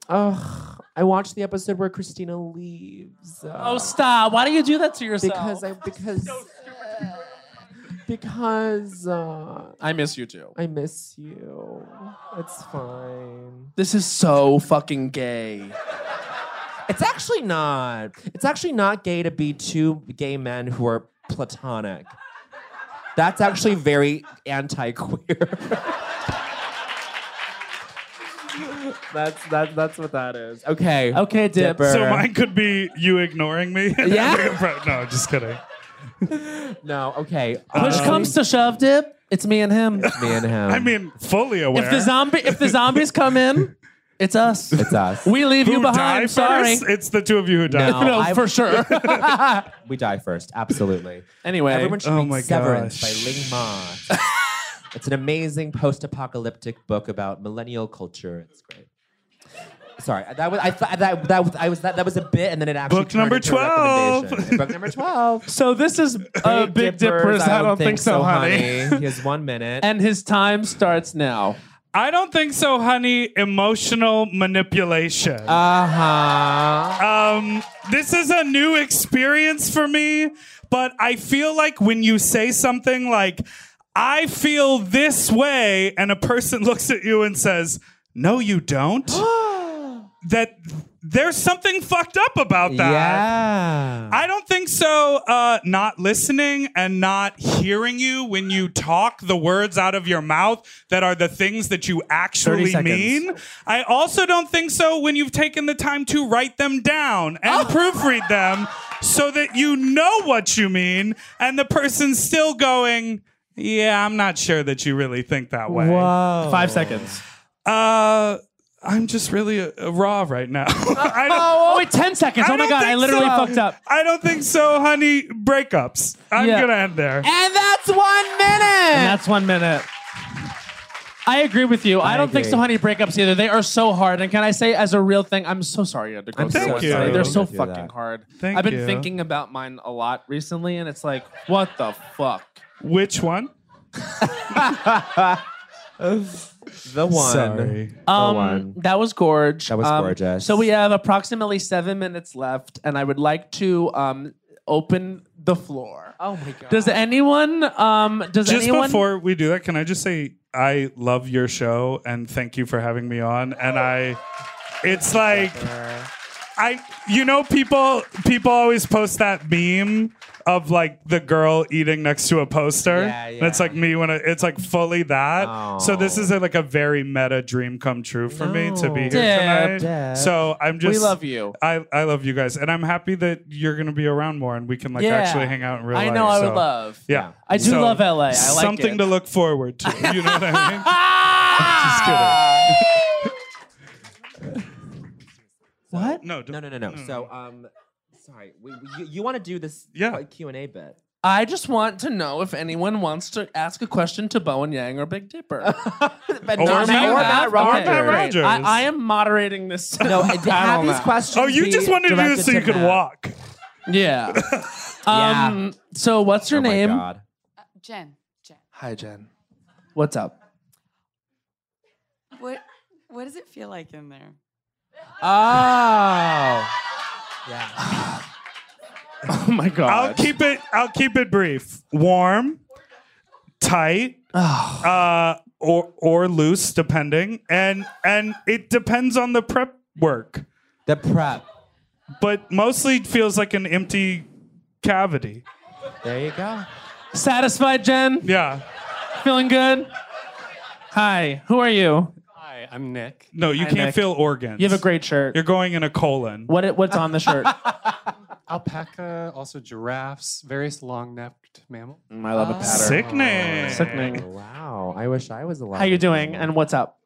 S7: ugh, I watched the episode where Christina leaves. uh,
S5: oh stop! Why do you do that to yourself?
S7: Because I because because uh,
S5: I miss you too.
S7: I miss you. It's fine.
S5: This is so fucking gay.
S7: It's actually not. It's actually not gay to be two gay men who are platonic. That's actually very anti-queer. that's that's that's what that is. Okay.
S5: Okay, Dip.
S7: Dipper.
S12: So mine could be you ignoring me.
S7: Yeah.
S12: no, just kidding.
S7: No. Okay.
S5: Push
S12: Um,
S5: comes to shove, Dip. It's me and him.
S7: me and him.
S12: I
S5: Um,
S12: mean, fully aware.
S5: If the zombie, if the zombies come in, it's us. It's
S7: us.
S5: We leave you
S12: Who die
S5: behind. Sorry.
S12: first? It's the two of you who die.
S7: No, I-
S5: for sure.
S7: we die first. Absolutely.
S5: Anyway.
S7: everyone should
S5: Oh
S7: read
S5: my
S7: Severance
S5: gosh.
S7: by Ling Ma. it's an amazing post-apocalyptic book about millennial culture. It's great. Sorry, that was I thought that that was I was that, that was a bit, and then it actually
S12: Book
S7: turned
S12: number
S7: into a
S12: 12.
S7: recommendation. book number twelve.
S5: So this is uh, Big Dippers. I don't think so, honey.
S7: he has one minute.
S5: And his time starts now.
S12: I don't think so, honey. Emotional manipulation.
S7: Uh huh.
S12: Um, this is a new experience for me, but I feel like when you say something like, I feel this way, and a person looks at you and says, No, you don't, that There's something fucked up about that.
S7: Yeah.
S12: I don't think so. Uh, not listening and not hearing you when you talk the words out of your mouth that are the things that you actually
S7: seconds.
S12: mean. I also don't think so when you've taken the time to write them down and proofread them so that you know what you mean and the person's still going, yeah, I'm not sure that you really think that way.
S5: Whoa. Five seconds.
S12: Uh, I'm just really uh raw right now. I don't-
S5: oh, wait, 10 seconds.
S12: I
S5: Oh my
S12: don't
S5: God, I
S12: think
S5: literally
S12: so.
S5: fucked up.
S12: I don't think so, honey. Breakups. I'm
S5: Yeah.
S12: gonna end there.
S7: And that's one
S5: And
S7: minute.
S5: that's one minute. I agree with you. I,
S7: I
S5: don't think
S7: agree.
S5: so, honey. Breakups either. They are so hard. And can I say, as a real thing, I'm so sorry you had to go
S12: I'm
S5: through
S12: so
S5: that.
S12: sorry.
S5: Sorry. They're so
S12: Thank you.
S5: fucking hard.
S12: Thank
S5: I've been
S12: you.
S5: thinking about mine a lot recently, and it's like, what the fuck?
S12: Which one?
S7: the one.
S12: Sorry.
S7: The
S5: Um,
S7: one.
S5: That was gorge.
S7: That was
S5: Um,
S7: gorgeous.
S5: So we have approximately seven minutes left, and I would like to um, open the floor.
S7: Oh my god.
S5: Does anyone? Um, does
S12: just
S5: anyone?
S12: before we do that, can I just say I love your show and thank you for having me on. And I, it's like, I, you know, people people always post that meme of like the girl eating next to a poster.
S7: Yeah, Oh.
S12: And it's like me when I, it's like fully that. So this is a, like a very meta dream come true for me to be here
S5: Dip,
S12: tonight.
S5: dip.
S12: So I'm
S5: We
S12: just
S5: love you.
S12: I I love you guys, and I'm happy that you're gonna be around more and we can like
S5: Yeah.
S12: actually hang out in real
S5: I
S12: life.
S5: know I would
S12: So,
S5: love.
S12: Yeah,
S5: I do love LA. I like
S12: something
S5: it.
S12: to look forward to. You know what I mean? Just
S5: Ah!
S12: kidding.
S5: What?
S12: No,
S7: no, no, no, no. So, um, sorry. We, we, you you want to do this like, Q and A bit?
S5: I just want to know if anyone wants to ask a question to Bowen Yang or Big Dipper. but
S7: Or not me. Matt- or Matt Rogers.
S5: Great. I,
S7: Rogers.
S5: I am moderating this.
S7: No, Oh, have
S5: panel
S7: these
S5: now.
S7: questions Oh, you be just wanted to do directed this so you to could Matt.
S12: walk.
S5: Yeah.
S7: Yeah.
S5: um, So, what's
S12: Oh
S5: your name?
S14: Jen, Jen,
S5: Hi, Jen. What's up?
S14: what what does it feel like in there?
S5: Oh. Oh my god.
S12: I'll keep it. I'll keep it brief. Warm, tight,
S5: Oh.
S12: uh, or or loose, depending, and and it depends on the prep work.
S7: The prep,
S12: but mostly feels like an empty cavity.
S7: There you go.
S5: Satisfied, Jen?
S12: Yeah.
S5: Feeling good? Hi, who are you?
S15: Hi, I'm Nick.
S12: No,
S15: Hi,
S12: you can't
S15: Nick.
S12: feel organs.
S5: You have a great shirt.
S12: You're going in a colon.
S5: What it, what's on the shirt?
S15: Alpaca, also giraffes, various long-necked mammal.
S5: Mm, I
S7: Ah.
S5: love a pattern.
S12: Sickening.
S5: Sickening.
S7: Wow. I wish I was alive.
S5: How you doing? And what's up?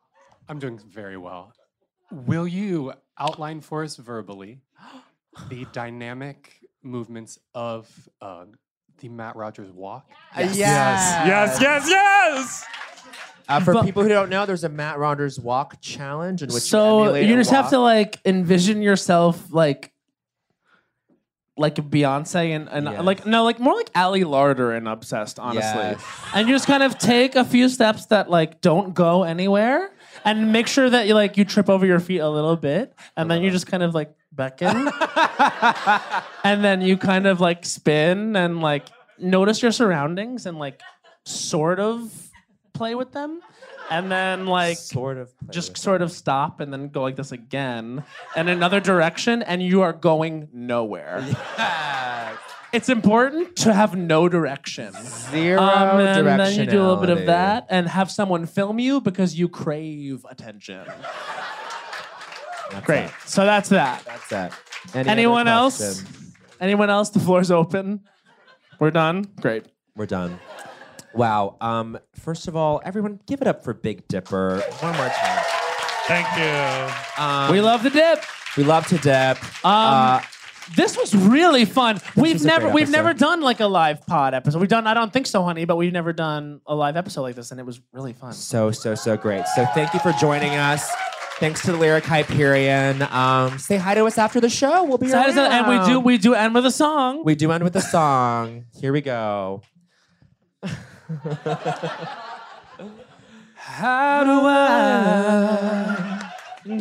S15: I'm doing very well. Will you outline for us verbally the dynamic movements of uh, the Matt Rogers walk?
S7: Yes. Yes.
S12: Yes, yes, yes.
S7: Uh, for people who don't know, there's a Matt Rogers walk challenge in which you,
S5: so
S7: emulate
S5: you
S7: a
S5: just have
S7: walk.
S5: to like envision yourself like like Beyonce and, and
S7: Yes.
S5: like no like more like Ali Larder and obsessed honestly,
S7: Yes.
S5: and you just kind of take a few steps that like don't go anywhere, and make sure that you like you trip over your feet a little bit, and then you just kind of like beckon, and then you kind of like spin and like notice your surroundings and like sort of play with them, and then like
S7: sort of
S5: just sort of stop and then go like this again and another direction and you are going nowhere it's important to have no direction
S7: Zero
S5: Um, and then you do a little bit of
S7: Um, directionality.
S5: that and have someone film you because you crave attention
S7: That's
S5: great
S7: it.
S5: so that's that
S7: That's that. Any
S5: anyone
S7: other
S5: else
S7: questions?
S5: anyone else the floor's open we're done great
S7: We're done. Wow. Um, first of all, everyone, give it up for Big Dipper one more time.
S12: Thank you.
S7: Um,
S5: we love the dip
S7: We love to dip.
S5: Um, this was really fun. We've
S7: Uh, was a
S5: never
S7: great
S5: we've
S7: episode.
S5: never done like a live pod episode. We've done I don't think so, honey, but we've never done a live episode like this, and it was really fun.
S7: so so so great. So thank you for joining us. Thanks to the Lyric Hyperion. Um, say hi to us after the show. We'll be
S5: So how does that- and we do
S7: around.
S5: we do end with a song.
S7: We do end with a song. Here we go.
S5: How do I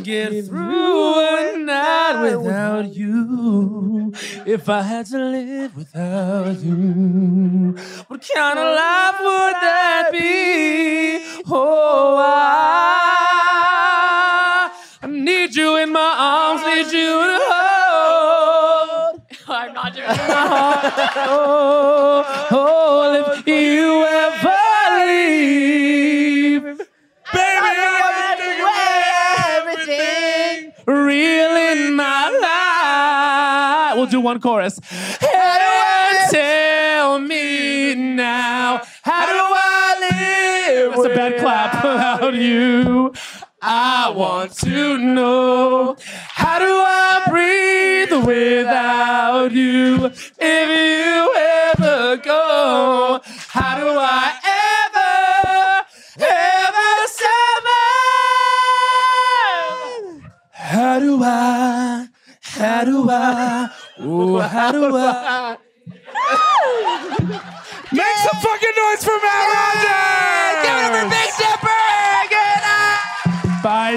S5: get through a night without you? If I had to live without you, what kind of life would that be? Oh, I need you in my arms, need you
S16: oh, oh, if you ever leave, baby, I
S5: want to everything real in my life. We'll do one chorus. Hey, tell me now, how do I live? That's a bad clap without you. I want to know how do I breathe without you? If you ever go, how do I ever, ever survive? How do I? How do I? Ooh, how do I?
S16: Make some fucking noise for Matt Rogers! Give it up for Big Dipper! Good night!
S5: Bye,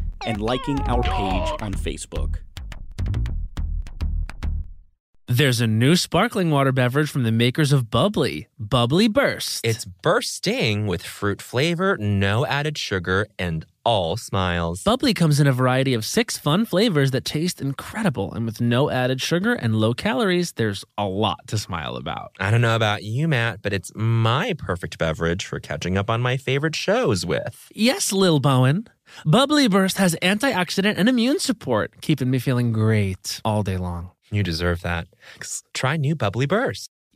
S9: and liking our page on Facebook.
S1: There's a new sparkling water beverage from the makers of Bubbly, Bubbly Burst.
S2: It's bursting with fruit flavor, no added sugar, and all smiles.
S1: Bubbly comes in a variety of six fun flavors that taste incredible, and with no added sugar and low calories, there's a lot to smile about.
S2: I don't know about you, Matt, but it's my perfect beverage for catching up on my favorite shows with.
S1: Yes, Lil Bowen. Bubbly Burst has antioxidant and immune support, keeping me feeling great all day long.
S2: You deserve that. Try new Bubbly Burst.